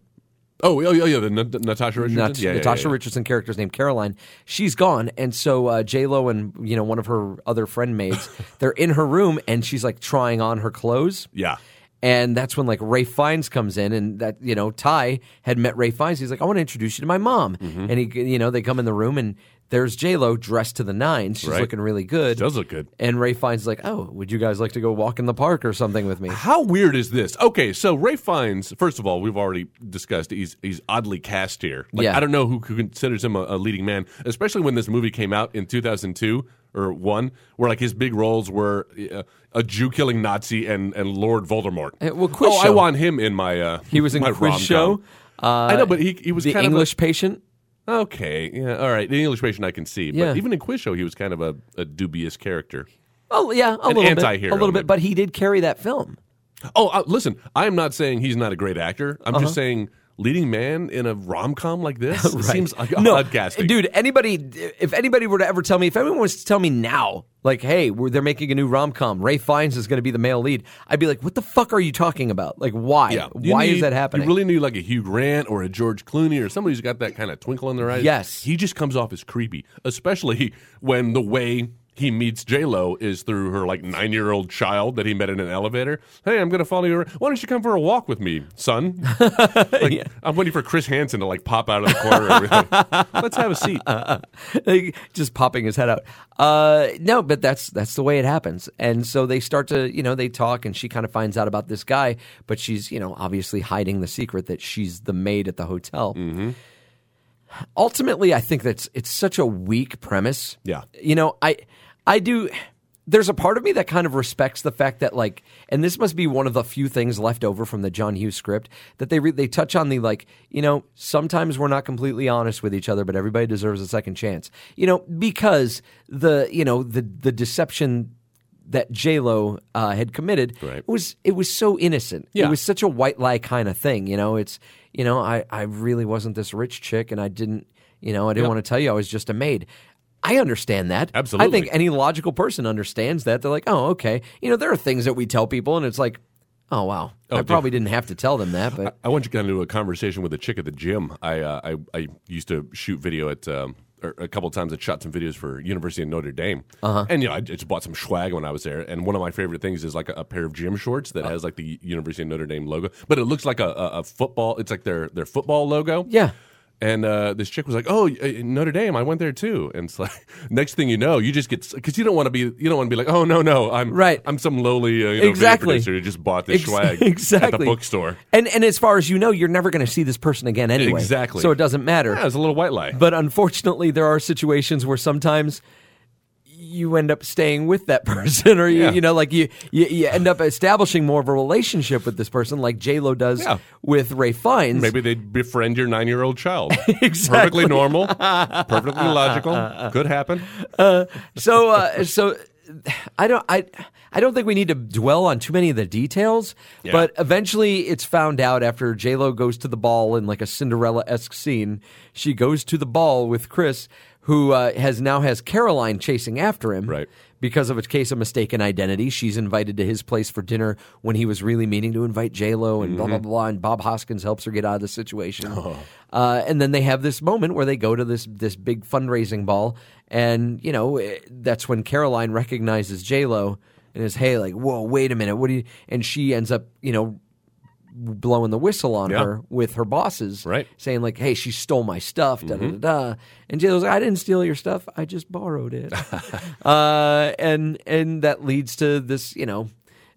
S3: Oh, oh, yeah, yeah, the N- Natasha Richardson.
S4: Nat-
S3: yeah, yeah,
S4: Natasha
S3: yeah, yeah.
S4: Richardson character's named Caroline. She's gone, and so uh, J Lo and you know one of her other friend maids, they're in her room, and she's like trying on her clothes.
S3: Yeah.
S4: And that's when like Ray Fiennes comes in, and that you know Ty had met Ray Fiennes. He's like, I want to introduce you to my mom,
S3: Mm-hmm.
S4: and he you know they come in the room, and there's J Lo dressed to the nines. She's
S3: Right.
S4: looking really good.
S3: She does look good.
S4: And Ray Fiennes is like, Oh, would you guys like to go walk in the park or something with me?
S3: How weird is this? Okay, so Ray Fiennes. First of all, we've already discussed he's he's oddly cast here. Like,
S4: Yeah.
S3: I don't know who considers him a, a leading man, especially when this movie came out in two thousand two or one, where like his big roles were uh, a Jew killing Nazi and and Lord Voldemort.
S4: Uh, well, Quiz
S3: oh, I
S4: Show.
S3: want him in my. Uh,
S4: He was in
S3: my
S4: Quiz
S3: rom-com.
S4: Show, uh,
S3: I know, but he he was
S4: the
S3: kind
S4: English
S3: Of a,
S4: patient.
S3: okay, yeah, all right. The English patient I can see, but
S4: Yeah.
S3: even in Quiz Show, he was kind of a, a dubious character.
S4: Oh yeah, a
S3: An
S4: little bit,
S3: anti-hero,
S4: a little bit,
S3: maybe.
S4: but he did carry that film.
S3: Oh, uh, listen, I'm not saying he's not a great actor. I'm
S4: Uh-huh.
S3: just saying leading man in a rom com like this seems like
S4: no,
S3: odd casting.
S4: dude. Anybody, if anybody were to ever tell me, if anyone was to tell me now, like, hey, we're, they're making a new rom com, Ray Fiennes is going to be the male lead, I'd be like, what the fuck are you talking about? Like, why?
S3: Yeah. You
S4: Why is
S3: need-
S4: that
S3: You
S4: happening?
S3: really need like a Hugh Grant or a George Clooney or somebody who's got that kind of twinkle in their eyes.
S4: Yes.
S3: He just comes off as creepy, especially when the way he meets J Lo is through her like nine year old child that he met in an elevator. Hey, I'm gonna follow you. around. Why don't you come for a walk with me, son? like, I'm waiting for Chris Hansen to like pop out of the corner. and everything. Let's have a seat.
S4: Like, just popping his head out. Uh, no, but that's that's the way it happens. And so they start to, you know, they talk, and she kind of finds out about this guy, but she's, you know, obviously hiding the secret that she's the maid at the hotel. Ultimately, I think that's it's such a weak premise.
S3: Yeah.
S4: you know, I I do. There's a part of me that kind of respects the fact that like, and this must be one of the few things left over from the John Hughes script that they re- they touch on the like, you know, sometimes we're not completely honest with each other, but everybody deserves a second chance. You know, because the you know the the deception that J Lo uh, had committed
S3: Right.
S4: was it was so innocent. It
S3: Yeah.
S4: was such a white lie kind of thing. You know, it's you know I I really wasn't this rich chick, and I didn't you know I didn't want to tell you I was just a maid. I understand that. I think
S3: Absolutely.
S4: any logical person understands that. They're like, oh, okay. You know, there are things that we tell people, and it's like, oh, wow. I
S3: dude.
S4: probably didn't have to tell them that, but
S3: I once got into a conversation with a chick at the gym. I uh, I, I used to shoot video at um, or a couple of times. I shot some videos for University of Notre Dame,
S4: Uh-huh.
S3: and you know I just bought some swag when I was there. And one of my favorite things is like a, a pair of gym shorts that has like the University of Notre Dame logo, but it looks like a, a, a football. It's like their their football logo.
S4: Yeah.
S3: And uh, this chick was like, "Oh, uh, Notre Dame, I went there too." And it's like, next thing you know, you just get because you don't want to be you don't want to be like, "Oh no, no, I'm
S4: Right.
S3: I'm some lowly uh, you know, video
S4: Exactly.
S3: producer who just bought this
S4: Ex-
S3: swag at the
S4: exactly.
S3: bookstore."
S4: and and as far as you know, you're never going to see this person again anyway.
S3: Exactly.
S4: So it doesn't matter.
S3: Yeah, it's a little white lie.
S4: But unfortunately, there are situations where sometimes you end up staying with that person, or you,
S3: Yeah.
S4: you know, like you, you you end up establishing more of a relationship with this person, like J Lo does
S3: Yeah.
S4: with Ray Fiennes.
S3: Maybe they'd befriend your nine year old child.
S4: Exactly.
S3: Perfectly normal, perfectly logical. Could happen.
S4: so uh, so I don't I I don't think we need to dwell on too many of the details,
S3: Yeah.
S4: but eventually it's found out after J Lo goes to the ball in like a Cinderella esque scene. She goes to the ball with Chris, who uh, has now has Caroline chasing after him,
S3: Right.
S4: Because of a case of mistaken identity, she's invited to his place for dinner when he was really meaning to invite J Lo and blah
S3: Mm-hmm.
S4: blah blah. And Bob Hoskins helps her get out of the situation.
S3: Oh.
S4: Uh, and then they have this moment where they go to this this big fundraising ball, and you know eh, that's when Caroline recognizes J Lo and is hey like whoa wait a minute what do you and she ends up you know blowing the whistle on
S3: Yeah.
S4: her with her bosses
S3: Right.
S4: saying like hey she stole my stuff da da da da and J Lo's like I didn't steal your stuff I just borrowed it uh, and and that leads to this you know.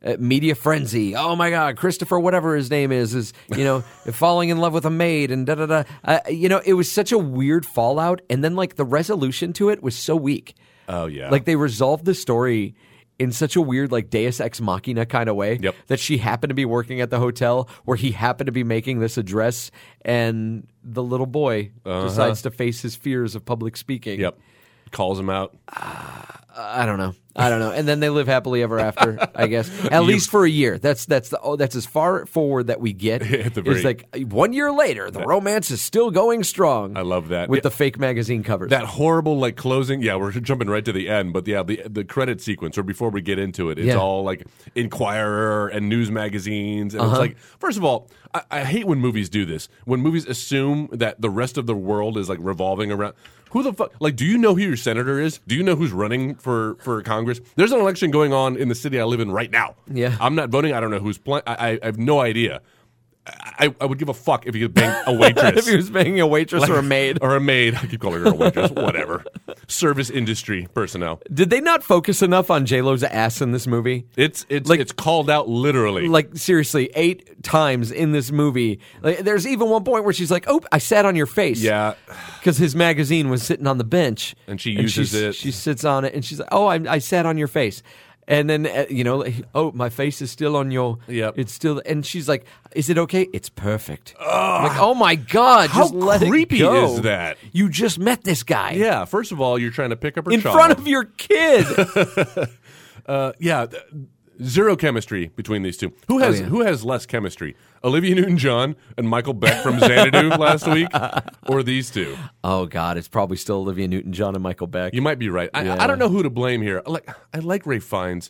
S4: Uh, media frenzy. Oh my God, Christopher, whatever his name is, is you know falling in love with a maid and da da da. Uh, you know, it was such a weird fallout, and then like the resolution to it was so weak.
S3: Oh, yeah.
S4: like they resolved the story in such a weird like Deus ex machina kind of way
S3: Yep.
S4: that she happened to be working at the hotel where he happened to be making this address, and the little boy decides to face his fears of public speaking.
S3: Uh-huh. Yep. Calls him out.
S4: I don't know. I don't know. And then they live happily ever after, I guess. At least for a year. That's that's the oh, that's as far forward that we get.
S3: At the
S4: it's
S3: very-
S4: like uh, one year later, the romance is still going strong.
S3: I love that.
S4: with
S3: Yeah.
S4: the fake magazine covers.
S3: That horrible like closing. Yeah, we're jumping right to the end, but yeah, the the credit sequence or before we get into it, it's
S4: Yeah.
S3: all like Inquirer and news magazines, and
S4: Uh-huh.
S3: it's like first of all, I, I hate when movies do this. When movies assume that the rest of the world is like revolving around. Who the fuck? Like, do you know who your senator is? Do you know who's running for for Congress? There's an election going on in the city I live in right now.
S4: Yeah.
S3: I'm not voting. I don't know who's playing. I, I have no idea. I, I would give a fuck if you could bang a waitress
S4: if he was being a waitress or a maid.
S3: or a maid. I keep calling her a waitress. Whatever. Service industry personnel.
S4: Did they not focus enough on J Lo's ass in this movie?
S3: It's it's
S4: Like-
S3: it's called out literally.
S4: Like seriously, eight times in this movie. Like, there's even one point where she's like, "Oh, I sat on your face."
S3: yeah.
S4: because his magazine was sitting on the bench,
S3: And she uses
S4: she,
S3: it.
S4: She sits on it, and she's like, "Oh, I, I sat on your face." And then uh, you know, like, oh, my face is still on your.
S3: Yep.
S4: It's still, and she's like, "Is it okay? It's perfect." I'm like, oh my god,
S3: How
S4: just let it
S3: creepy
S4: go.
S3: is that?
S4: You just met this guy
S3: Yeah. First of all, you're trying to pick up her
S4: in
S3: child.
S4: front of your kid.
S3: Uh, yeah. th- Zero chemistry between these two. Who has
S4: Oh, yeah.
S3: who has less chemistry? Olivia Newton John and Michael Beck from Xanadu last week, or these two?
S4: oh god, it's probably still Olivia Newton-John and Michael Beck.
S3: You might be right. I,
S4: Yeah.
S3: I don't know who to blame here. Like I like Ray Fiennes.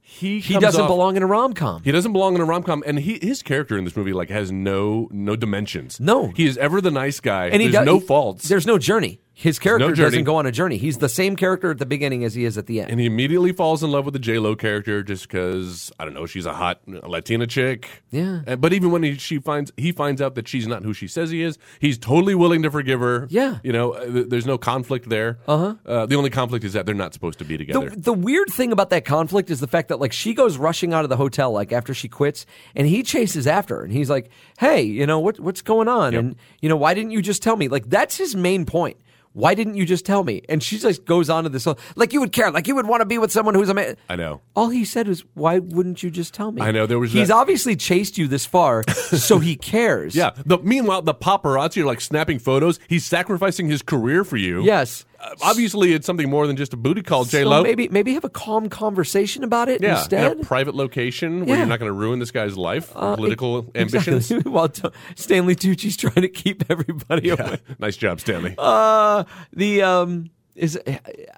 S3: He
S4: he
S3: comes
S4: doesn't
S3: off-
S4: belong in a rom com.
S3: He doesn't belong in a rom com, and he, his character in this movie like has no no dimensions.
S4: No.
S3: he is ever the nice guy,
S4: and he
S3: there's
S4: does-
S3: no
S4: he-
S3: faults,
S4: There's no journey. His character
S3: journey.
S4: doesn't go on a journey. He's the same character at the beginning as he is at the end.
S3: and he immediately falls in love with the J Lo character just because I don't know she's a hot Latina chick.
S4: Yeah.
S3: And- but even when he, she finds he finds out that she's not who she says he is, he's totally willing to forgive her.
S4: Yeah.
S3: you know, uh, th- there's no conflict there. Uh-huh. The only conflict is that they're not supposed to be together.
S4: The, the weird thing about that conflict is the fact that like she goes rushing out of the hotel like after she quits, and he chases after her, and he's like, "Hey, you know what what's going on? And you know why didn't you just tell me?" Like that's his main point. Why didn't you just tell me? And she just goes on to this whole- like you would care, like you would want to be with someone who's a man.
S3: I know.
S4: All he said was, "Why wouldn't you just tell me?"
S3: I know, there was
S4: He's
S3: that-
S4: obviously chased you this far, so he cares.
S3: yeah. The, meanwhile, the paparazzi are like snapping photos. He's sacrificing his career for you.
S4: Yes.
S3: Uh, obviously, it's something more than just a booty call, J Lo.
S4: So maybe maybe have a calm conversation about it
S3: Yeah,
S4: instead.
S3: in a private location where
S4: Yeah.
S3: you're not going to ruin this guy's life,
S4: Uh,
S3: political
S4: e- exactly.
S3: ambitions.
S4: While t- Stanley Tucci's trying to keep everybody away.
S3: nice job, Stanley.
S4: Uh, the um is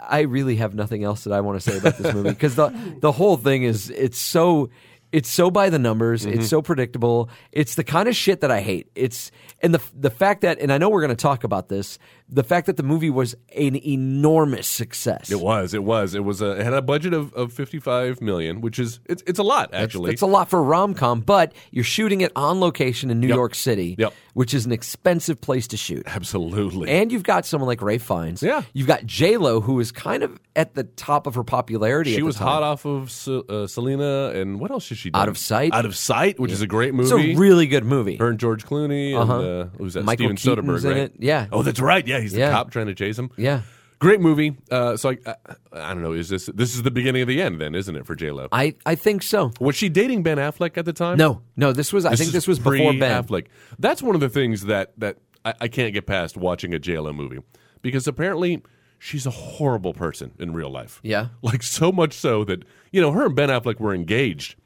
S4: I really have nothing else that I want to say about this movie because the the whole thing is it's so it's so by the numbers.
S3: Mm-hmm.
S4: It's so predictable. It's the kind of shit that I hate. It's and the the fact that and I know we're going to talk about this. The fact that the movie was an enormous success.
S3: it was, it was, it was. A, it had a budget of, of 55 million, which is it's it's a lot actually.
S4: It's a lot for a rom com, but you're shooting it on location in New
S3: Yep.
S4: York City,
S3: Yep.
S4: which is an expensive place to shoot.
S3: Absolutely.
S4: And you've got someone like Ray Fiennes.
S3: Yeah.
S4: You've got J Lo, who is kind of at the top of her popularity. at
S3: she
S4: the
S3: was
S4: time.
S3: hot off of Se- uh, Selena, and what else did she do?
S4: Out of Sight.
S3: Out of Sight, which is a great
S4: It's
S3: movie.
S4: a really good movie.
S3: Her and George Clooney,
S4: Uh-huh.
S3: and uh, who's that?
S4: Michael
S3: Steven
S4: Keaton's
S3: Soderbergh,
S4: in
S3: right?
S4: it. Yeah.
S3: Oh, that's right. Yeah, he's the
S4: Yeah.
S3: cop trying to chase him.
S4: Yeah.
S3: Great movie. Uh, so I, I, I don't know. Is this this is the beginning of the end? Then isn't it for J Lo?
S4: I, I think so.
S3: Was she dating Ben Affleck at the time?
S4: No, no, this was, I think
S3: is
S4: this was before
S3: pre-
S4: Ben.
S3: Affleck. That's one of the things that that I, I can't get past watching a JLo movie because apparently she's a horrible person in real life.
S4: Yeah.
S3: like so much so that you know her and Ben Affleck were engaged,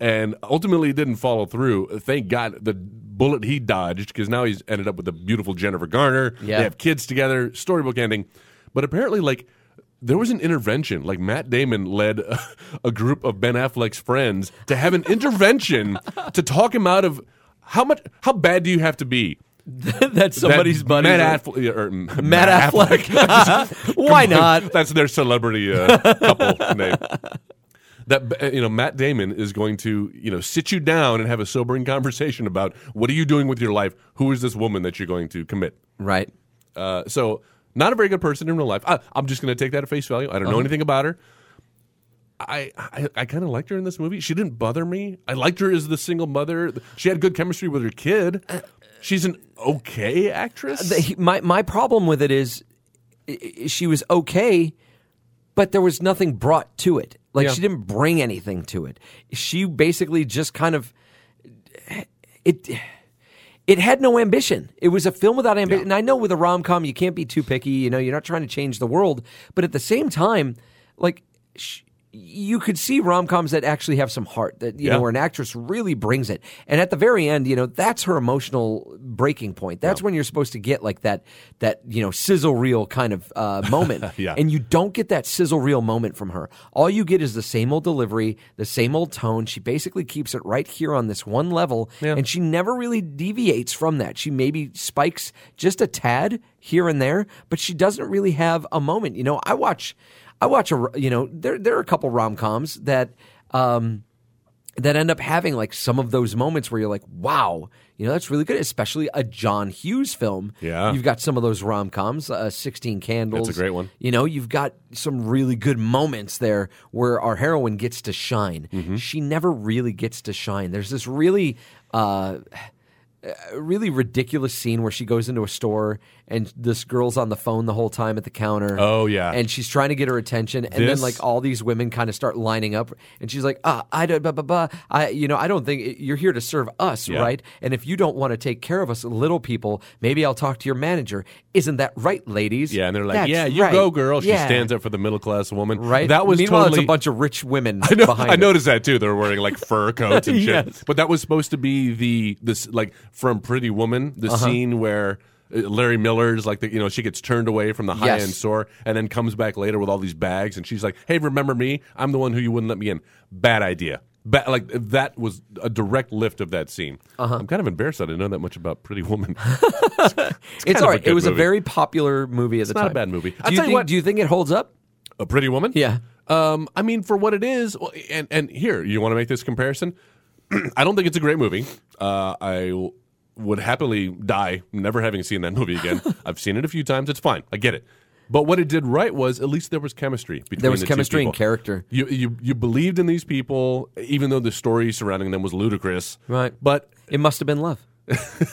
S3: and ultimately didn't follow through. Thank God the bullet he dodged because now he's ended up with the beautiful Jennifer Garner.
S4: Yeah.
S3: They have kids together. Storybook ending, but apparently like. There was an intervention. Like Matt Damon led a, a group of Ben Affleck's friends to have an intervention to talk him out of how much, how bad do you have to be?
S4: That's somebody's
S3: That
S4: buddy.
S3: Matt Affleck. Or, Matt,
S4: Matt Affleck. Why not?
S3: That's their celebrity uh, couple name. That uh, you know, Matt Damon is going to you know sit you down and have a sobering conversation about what are you doing with your life? Who is this woman that you're going to commit?
S4: Right.
S3: Uh, so not a very good person in real life. I, I'm just going to take that at face value. I don't
S4: Uh-huh.
S3: know anything about her. I I, I kind of liked her in this movie. She didn't bother me. I liked her as the single mother. She had good chemistry with her kid.
S4: Uh,
S3: She's an okay actress.
S4: the- he- my my problem with it is i- i- she was okay, but there was nothing brought to it. Like
S3: Yeah.
S4: she didn't bring anything to it. She basically just kind of it it had no ambition. It was a film without ambition. And I know with a rom com, you can't be too picky. You know, you're not trying to change the world, but at the same time, like sh- you could see rom coms that actually have some heart. That you
S3: Yeah.
S4: know, where an actress really brings it. And at the very end, you know, that's her emotional breaking point. That's when you're supposed to get like that that you know sizzle reel kind of uh, moment.
S3: Yeah.
S4: And you don't get that sizzle reel moment from her. All you get is the same old delivery, the same old tone. She basically keeps it right here on this one level, and she never really deviates from that. She maybe spikes just a tad here and there, but she doesn't really have a moment. You know, I watch, I watch a, you know, there there are a couple rom coms that. Um, that end up having like some of those moments where you're like, wow, you know, that's really good, especially a John Hughes film.
S3: Yeah.
S4: You've got some of those rom coms, uh, 16 Candles.
S3: That's a great one.
S4: You know, you've got some really good moments there where our heroine gets to shine.
S3: Mm-hmm.
S4: She never really gets to shine. There's this really. Uh, really ridiculous scene where she goes into a store and this girl's on the phone the whole time at the counter.
S3: Oh, yeah.
S4: and she's trying to get her attention, and then
S3: This-
S4: like all these women kind of start lining up, and she's like, "Ah, I don't, blah, blah, blah. I, you know, I don't think you're here to serve us,
S3: Yeah.
S4: right? And if you don't want to take care of us, little people, maybe I'll talk to your manager. Isn't that right, ladies?
S3: Yeah, and they're like,
S4: That's
S3: "Yeah, you
S4: right.
S3: go, girl." She
S4: Yeah.
S3: stands up for the middle class woman.
S4: Right.
S3: That was
S4: meanwhile,
S3: totally
S4: it's a bunch of rich women
S3: I, know-
S4: behind.
S3: I
S4: her.
S3: noticed that too. They're wearing like fur coats and shit.
S4: Yes.
S3: But that was supposed to be the this like from Pretty Woman, the
S4: Uh-huh.
S3: scene where uh, Larry Miller's like the, you know she gets turned away from the high end
S4: Yes.
S3: store and then comes back later with all these bags and she's like, "Hey, remember me? I'm the one who you wouldn't let me in." Bad idea. Ba- like that was a direct lift of that scene.
S4: Uh-huh.
S3: I'm kind of embarrassed I didn't know that much about Pretty Woman.
S4: It's
S3: of
S4: all
S3: a
S4: right. It
S3: good
S4: was a
S3: movie.
S4: very popular movie at the
S3: not a
S4: time.
S3: bad movie.
S4: Do
S3: I'll
S4: you
S3: tell you
S4: think-
S3: what-
S4: Do you think it holds up?
S3: A Pretty Woman?
S4: Yeah.
S3: Um, I mean, for what it is, well, and and here you want to make this comparison. I don't think it's a great movie. Uh, I w- would happily die never having seen that movie again. I've seen it a few times. It's fine. I get it. But what it did right was at least there was chemistry between
S4: There was
S3: the two
S4: chemistry and
S3: people.
S4: character.
S3: You, you you believed in these people, even though the story surrounding them was ludicrous.
S4: Right.
S3: But
S4: It must have been love.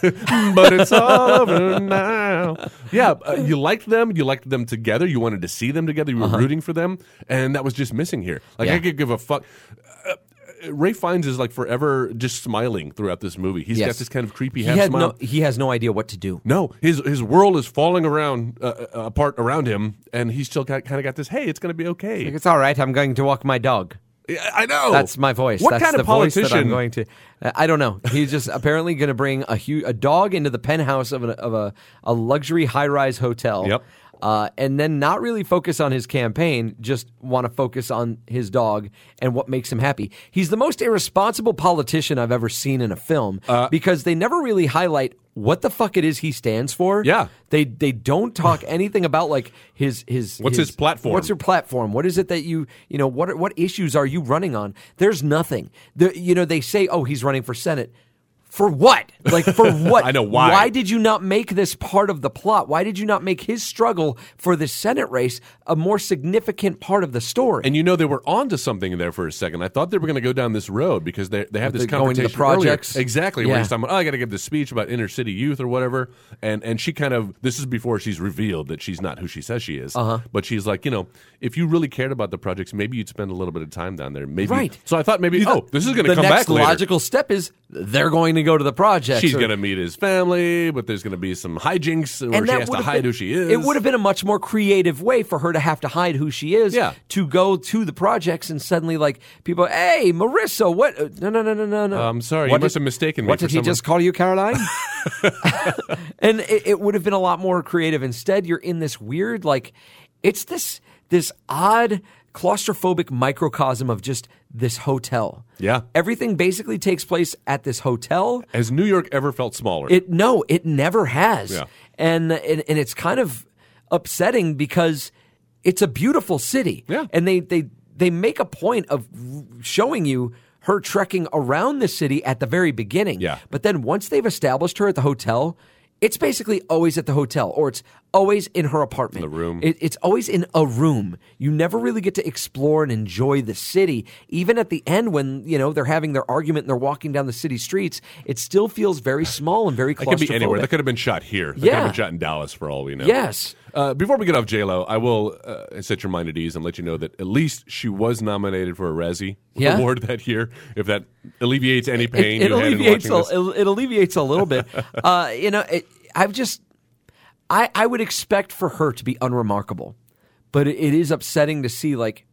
S3: but it's all over now. Yeah, uh, you liked them. You liked them together. You wanted to see them together. You were rooting for them, and that was just missing here. Like
S4: Uh-huh. Yeah.
S3: I could give a fuck. Uh, Ray Fiennes is like forever just smiling throughout this movie. He's
S4: Yes.
S3: got this kind of creepy
S4: He
S3: half
S4: had
S3: smile.
S4: no. He has no idea what to do.
S3: No, his his world is falling around uh, uh, apart around him, and he's still got, kind of got this. Hey, it's going to be okay.
S4: It's all right. I'm going to walk my dog.
S3: Yeah, I know
S4: That's my voice.
S3: What
S4: That's
S3: kind
S4: the
S3: of
S4: Voice that
S3: politician?
S4: I'm going to. uh, I don't know. He's just apparently going to bring a hu- a dog into the penthouse of, an, of a a luxury high rise hotel.
S3: Yep.
S4: Uh, and then not really focus on his campaign, just want to focus on his dog and what makes him happy. He's the most irresponsible politician I've ever seen in a film
S3: Uh,
S4: because they never really highlight what the fuck it is he stands for.
S3: Yeah.
S4: they they don't talk anything about like his his
S3: What's his platform?
S4: What's your platform? What is it that you you know what are- what issues are you running on? There's nothing. The, you know they say oh he's running for senate. For what? Like for what?
S3: I know, why?
S4: Why did you not make this part of the plot? Why did you not make his struggle for the Senate race a more significant part of the story?
S3: And you know they were onto something there for a second. I thought they were going to go down this road because they they have
S4: With
S3: this
S4: the- going to
S3: conversation
S4: the
S3: earlier.
S4: projects.
S3: exactly
S4: Yeah.
S3: where he's talking about oh I got to give this speech about inner city youth or whatever, and and she kind of this is before she's revealed that she's not who she says she is, uh-huh. but she's like you know if you really cared about the projects maybe you'd spend a little bit of time down there maybe
S4: Right.
S3: So I thought maybe oh this is going
S4: the
S3: to come
S4: next
S3: back later.
S4: logical step is they're going to go to the project.
S3: She's going to meet his family, but there's going to be some hijinks where she has to
S4: would've
S3: hide
S4: been-
S3: who she is.
S4: It would have been a much more creative way for her to have to hide who she is.
S3: Yeah.
S4: To go to the projects and suddenly like people, hey, Marissa, what? uh, No, no, no, no, no, no.
S3: I'm sorry,
S4: What
S3: you must have mistaken me
S4: What
S3: for
S4: did he
S3: someone-
S4: just call you, Caroline? and it, it would have been a lot more creative. Instead, you're in this weird like, it's this this odd claustrophobic microcosm of just this hotel.
S3: Yeah.
S4: Everything basically takes place at this hotel.
S3: Has New York ever felt smaller?
S4: It no, it never has.
S3: Yeah.
S4: And, and and it's kind of upsetting because it's a beautiful city.
S3: Yeah.
S4: And they they they make a point of showing you her trekking around the city at the very beginning.
S3: Yeah.
S4: But then once they've established her at the hotel, it's basically always at the hotel or it's always in her apartment.
S3: The room.
S4: It, it's always in a room. You never really get to explore and enjoy the city. Even at the end when, you know, they're having their argument and they're walking down the city streets, it still feels very small and very
S3: That could be anywhere.
S4: claustrophobic.
S3: That could have been shot here. That could
S4: Yeah.
S3: have been shot in Dallas for all we know.
S4: Yes.
S3: Uh, before we get off J Lo, I will uh, set your mind at ease and let you know that at least she was nominated for a Razzie
S4: Yeah.
S3: award that year. If that alleviates any pain
S4: it, it
S3: you had in
S4: alleviates
S3: watching
S4: a,
S3: this,
S4: it, it alleviates a little bit. uh, you know, it, I've just I I would expect for her to be unremarkable, but it, it is upsetting to see like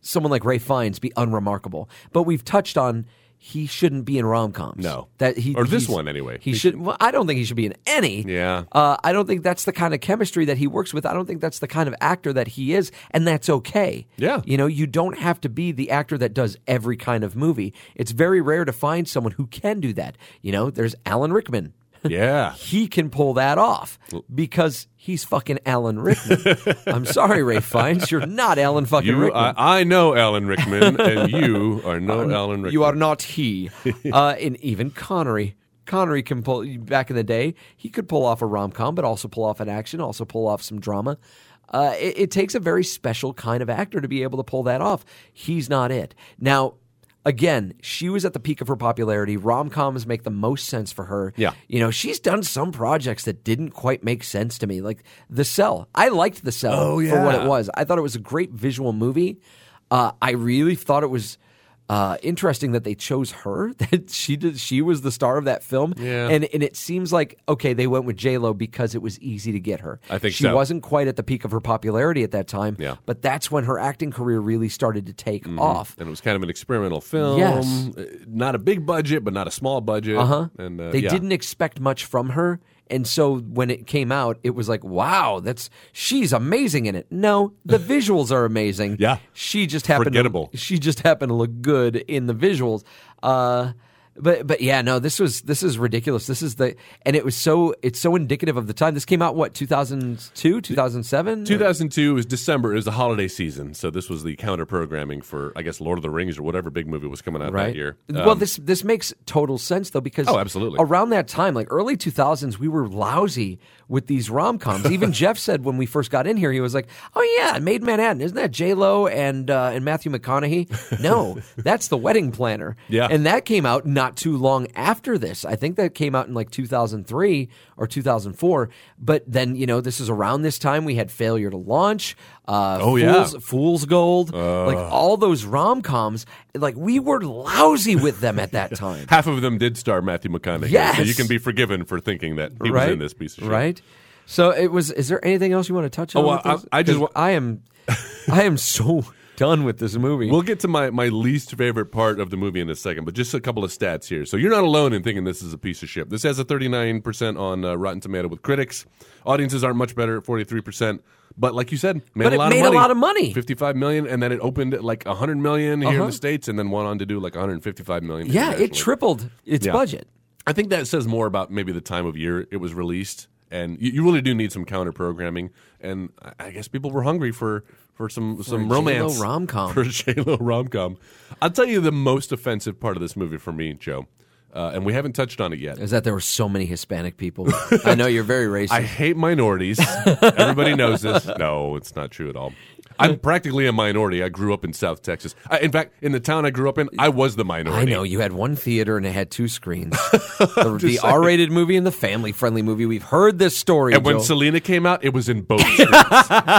S4: someone like Ray Fiennes be unremarkable. But we've touched on he shouldn't be in rom coms.
S3: No.
S4: that he
S3: Or this
S4: he's-
S3: one, anyway.
S4: He should. Well, I don't think he should be in any.
S3: Yeah.
S4: Uh, I don't think that's the kind of chemistry that he works with. I don't think that's the kind of actor that he is, and that's okay.
S3: Yeah.
S4: You know, you don't have to be the actor that does every kind of movie. It's very rare to find someone who can do that. You know, there's Alan Rickman.
S3: yeah,
S4: He can pull that off because he's fucking Alan Rickman. I'm sorry, Ray Fiennes, you're not Alan fucking
S3: you,
S4: Rickman.
S3: I, I know Alan Rickman, and you are no Alan Rickman.
S4: You are not he. uh, and even Connery. Connery can pull back in the day. He could pull off a rom com, but also pull off an action, also pull off some drama. Uh, it, it takes a very special kind of actor to be able to pull that off. He's not it. Now, again, she was at the peak of her popularity. Rom coms make the most sense for her.
S3: Yeah.
S4: you know, she's done some projects that didn't quite make sense to me, like The Cell. I liked The Cell for what it
S3: Oh, yeah.
S4: was was. I thought it was a great visual movie. Uh, I really thought it was uh, interesting that they chose her. That she did. She was the star of that film.
S3: Yeah.
S4: And and it seems like okay, they went with J Lo because it was easy to get her.
S3: I think
S4: she
S3: so.
S4: wasn't quite at the peak of her popularity at that time.
S3: Yeah. Mm-hmm.
S4: But that's when her acting career really started to take off.
S3: and it was kind of an experimental film.
S4: Yes.
S3: Uh, not a big budget, but not a small budget.
S4: Uh-huh.
S3: And uh,
S4: they
S3: yeah.
S4: didn't expect much from her. And so when it came out, it was like, wow, that's she's amazing in it. No, the visuals are amazing.
S3: Yeah.
S4: She just happened
S3: Forgettable.
S4: To, she just happened to look good in the visuals. Uh but but yeah, no, this was this is ridiculous. This is the and it was so it's so indicative of the time. This came out what, two thousand two, two thousand seven?
S3: 2002 is December. It was the holiday season, so this was the counter programming for, I guess, Lord of the Rings or whatever big movie was coming out that year.
S4: well,
S3: Um,
S4: this this makes total sense though because
S3: Oh, absolutely.
S4: around that time, like early two thousands, we were lousy with these rom coms. Even Jeff said when we first got in here, he was like, "Oh yeah, Made in Manhattan, isn't that J Lo and uh, and Matthew McConaughey?" No, that's The Wedding Planner.
S3: Yeah.
S4: and that came out not too long after this. I think that came out in like two thousand three or two thousand four. But then you know this is around this time we had Failure to Launch. Uh,
S3: Oh, yeah.
S4: Fools- Fool's Gold,
S3: Uh.
S4: like all those rom coms, like we were lousy with them at that time.
S3: half of them did star Matthew McConaughey. so
S4: Yes!
S3: you can be forgiven for thinking that he
S4: right?
S3: was in this piece of shit. Oh,
S4: Right? So it was. Is there anything else you want to touch on?
S3: well,
S4: with this?
S3: I- I just
S4: 'Cause
S3: wa-
S4: I am, I am so done with this movie.
S3: We'll get to my, my least favorite part of the movie in a second, but just a couple of stats here. So you're not alone in thinking this is a piece of shit. This has a 39% on uh, Rotten Tomato with critics. Audiences aren't much better at 43%. But like you said, made
S4: But
S3: a
S4: it
S3: lot
S4: made a
S3: of money.
S4: lot of money.
S3: 55 million and then it opened at like 100 million here in
S4: Uh-huh.
S3: the states and then went on to do like 155 million.
S4: yeah, it
S3: internationally.
S4: tripled its
S3: Yeah.
S4: budget.
S3: I think that says more about maybe the time of year it was released, and you, you really do need some counter programming. And I- I guess people were hungry for for some some
S4: a J.Lo
S3: romance
S4: rom-com.
S3: for J Lo rom com. I'll tell you the most offensive part of this movie for me, Joe, uh, and we haven't touched on it yet.
S4: Is that there were so many Hispanic people? I know you're very racist.
S3: I hate minorities. Everybody knows this. No, it's not true at all. I'm practically a minority. I grew up in South Texas. I, in fact, in the town I grew up in, I was the
S4: I
S3: minority.
S4: know you had one theater and it had two screens. the the R-rated movie and the family-friendly movie. We've heard this story.
S3: And when
S4: Joel.
S3: Selena came out, it was in both screens.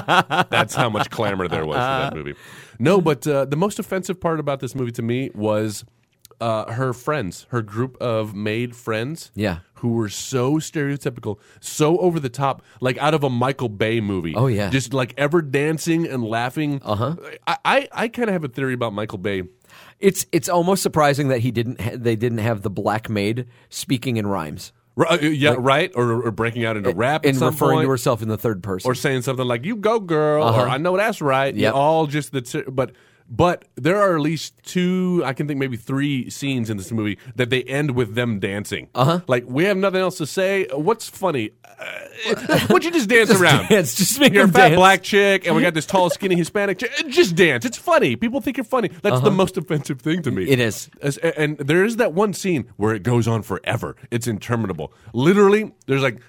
S3: That's how much clamor there was for that movie. No, but uh, the most offensive part about this movie to me was uh, her friends, her group of maid friends.
S4: Yeah.
S3: Who were so stereotypical, so over the top, like out of a Michael Bay movie.
S4: Oh, yeah. Uh-huh.
S3: Just like ever dancing and laughing. Uh huh. I, I, I kind of have a theory about Michael Bay.
S4: It's it's almost surprising that he didn't ha- they didn't have the black maid speaking in rhymes
S3: R- uh, yeah, right? Or, or breaking out into rap at
S4: and
S3: some
S4: referring
S3: point.
S4: to herself in the third person. Uh-huh.
S3: or saying something like "You go, girl," or "I know that's right." Yeah,
S4: Yep.
S3: all just the t- but. But there are at least two, I can think maybe three scenes in this movie that they end with them dancing. Uh-huh. Like we have nothing else to say. What's funny? Uh, would you just dance around?
S4: dance. Just make
S3: You're a
S4: them
S3: fat
S4: dance.
S3: black chick, and we got this tall, skinny Hispanic chick. Uh, Just dance. It's funny. People think you're funny. That's the most offensive thing to me.
S4: Uh-huh. It is.
S3: As- and there is that one scene where it goes on forever. It's interminable. Literally, there's like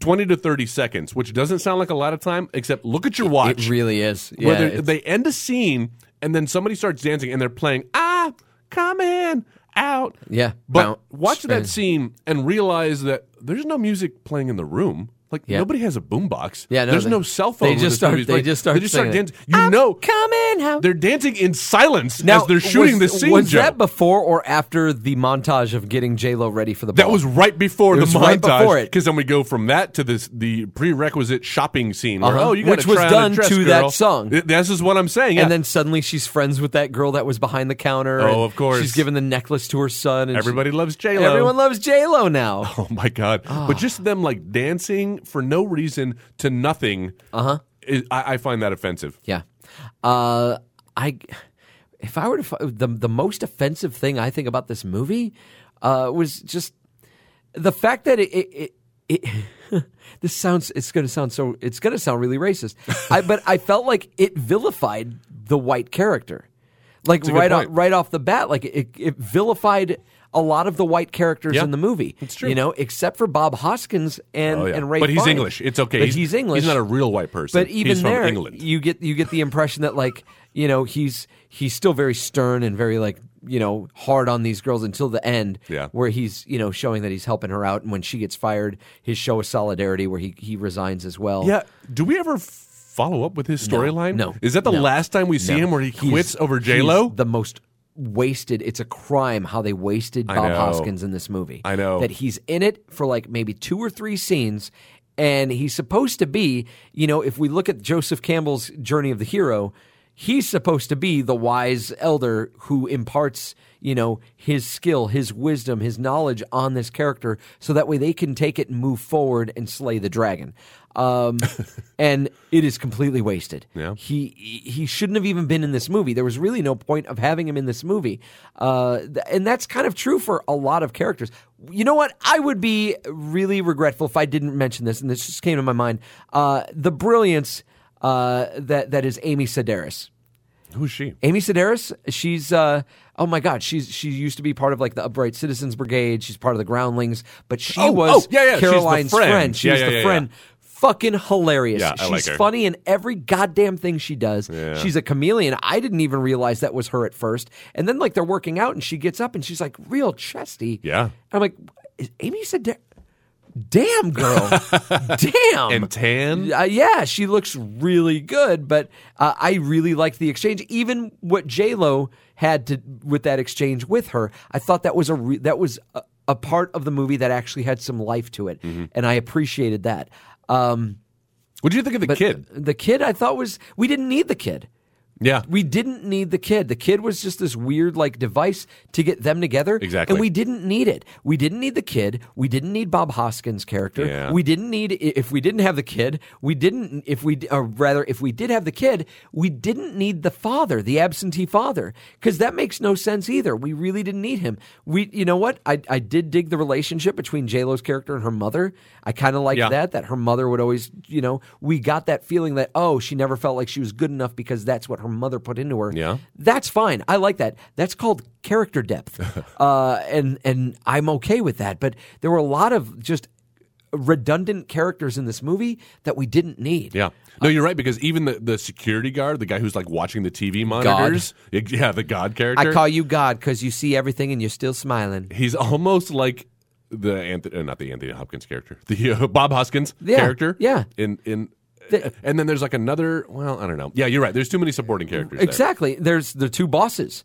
S3: 20 to 30 seconds, which doesn't sound like a lot of time, except look at your watch.
S4: it really is. Yeah,
S3: Where they-
S4: it's-
S3: they end a scene and then somebody starts dancing and they're playing, ah, come in, out.
S4: Yeah,
S3: But
S4: bounce,
S3: watch
S4: spin.
S3: that scene and realize that there's no music playing in the room. Like
S4: Yeah.
S3: nobody has a boombox.
S4: Yeah, no,
S3: There's
S4: they-
S3: no cell phone.
S4: they
S3: when
S4: just
S3: this
S4: start-
S3: movie's
S4: they
S3: playing.
S4: just start
S3: They just start
S4: singing it.
S3: dancing. You
S4: I'm
S3: know,
S4: coming home.
S3: They're dancing in silence as they're shooting
S4: was,
S3: the scene.
S4: Was
S3: Joe.
S4: that before or after the montage of getting J Lo ready for the?
S3: That
S4: ball?
S3: was right before
S4: It was
S3: the
S4: right before
S3: montage,
S4: it.
S3: because then we go from that to this the prerequisite shopping scene. Where,
S4: Uh-huh.
S3: oh, you
S4: Which
S3: gotta
S4: was
S3: try on a
S4: done
S3: dress,
S4: to that
S3: girl.
S4: song.
S3: Th- This is what I'm saying. yeah.
S4: And then suddenly she's friends with that girl that was behind the counter.
S3: Oh,
S4: and
S3: of course.
S4: She's giving the necklace to her son. And she-
S3: everybody loves J Lo.
S4: everyone loves J Lo Ah. now.
S3: Oh my god! But just them like dancing for no reason to nothing.
S4: Uh-huh.
S3: Uh huh. I, I find that offensive.
S4: Yeah. Uh, I if I were to fi- the the most offensive thing I think about this movie uh, was just the fact that it. it, it, it This sounds it's going to sound so it's going to sound really racist. I but I felt like it vilified the white character. Like
S3: a good
S4: right off,
S3: point.
S4: right off the bat like it, it vilified a lot of the white characters
S3: Yeah.
S4: in the movie.
S3: It's true.
S4: You know, except for Bob Hoskins and
S3: Oh, yeah.
S4: and Ray
S3: but he's
S4: Fiennes.
S3: English. It's okay.
S4: But he's, English.
S3: He's not a real white person.
S4: But even
S3: he's
S4: there,
S3: from England.
S4: you get you get the impression that like you know he's he's still very stern and very like you know hard on these girls until the end.
S3: Yeah.
S4: where he's you know showing that he's helping her out, and when she gets fired, his show of solidarity where he he resigns as well.
S3: yeah. Do we ever f- follow up with his storyline?
S4: no,
S3: Is that the
S4: no,
S3: last time we see
S4: No.
S3: him where he
S4: He's-
S3: quits over J Lo?
S4: he's The most wasted. It's a crime how they wasted Bob
S3: know.
S4: Hoskins in this movie.
S3: I know.
S4: that he's in it for like maybe two or three scenes. And he's supposed to be, you know, if we look at Joseph Campbell's journey of the hero, he's supposed to be the wise elder who imparts, you know, his skill, his wisdom, his knowledge on this character so that way they can take it and move forward and slay the dragon. Um, and it is completely wasted.
S3: Yeah.
S4: He he he shouldn't have even been in this movie. There was really no point of having him in this movie, uh, th- and that's kind of true for a lot of characters. You know what? I would be really regretful if I didn't mention this, and this just came to my mind. Uh, the brilliance uh, that that is Amy Sedaris.
S3: Who's she?
S4: Amy Sedaris, she's uh, oh my god, she's she used to be part of like the Upright Citizens Brigade. She's part of the Groundlings, but she
S3: Oh,
S4: was
S3: oh, yeah, yeah, she's the
S4: Caroline's
S3: friend.
S4: She
S3: Yeah,
S4: was
S3: yeah,
S4: the
S3: yeah, yeah.
S4: friend. Fucking hilarious.
S3: Yeah, I
S4: she's
S3: like her.
S4: funny in every goddamn thing she does. She's a chameleon. I didn't even realize that was her at first. And then like they're working out and she gets up and she's like real chesty.
S3: Yeah.
S4: And I'm like, is Amy Sedaris? Damn girl, damn
S3: And tan?
S4: uh, yeah, she looks really good, but uh, I really liked the exchange. Even what J Lo had to with that exchange with her, I thought that was a re- that was a, a part of the movie that actually had some life to it,
S3: Mm-hmm.
S4: and I appreciated that. Um,
S3: What do you think of the
S4: but uh,
S3: kid?
S4: the kid, I thought was we didn't need the kid.
S3: Yeah.
S4: We didn't need the kid. The kid was just this weird like device to get them together.
S3: Exactly.
S4: And we didn't need it. We didn't need the kid. We didn't need Bob Hoskins' character.
S3: Yeah.
S4: We didn't need i- if we didn't have the kid, we didn't if we or rather if we did have the kid, we didn't need the father, the absentee father, cuz that makes no sense either. We really didn't need him. We you know what? I I did dig the relationship between J-Lo's character and her mother. I kind of liked
S3: Yeah.
S4: that that her mother would always you know we got that feeling that oh she never felt like she was good enough because that's what her mother put into her
S3: Yeah.
S4: that's fine i like that that's called character depth uh, and and i'm okay with that but there were a lot of just redundant characters in this movie that we didn't need
S3: Yeah. No, you're right because even the, the security guard, the guy who's like watching the TV monitors, yeah, the god character.
S4: i call you god because you see everything and you're still smiling
S3: he's almost like the Anthony, uh, not the Anthony Hopkins character, the uh, Bob Hoskins
S4: Yeah,
S3: character.
S4: yeah.
S3: In in. uh,
S4: The-
S3: and then there's like another. Well, I don't know. Yeah, you're right. There's too many supporting characters. there.
S4: exactly there's the two bosses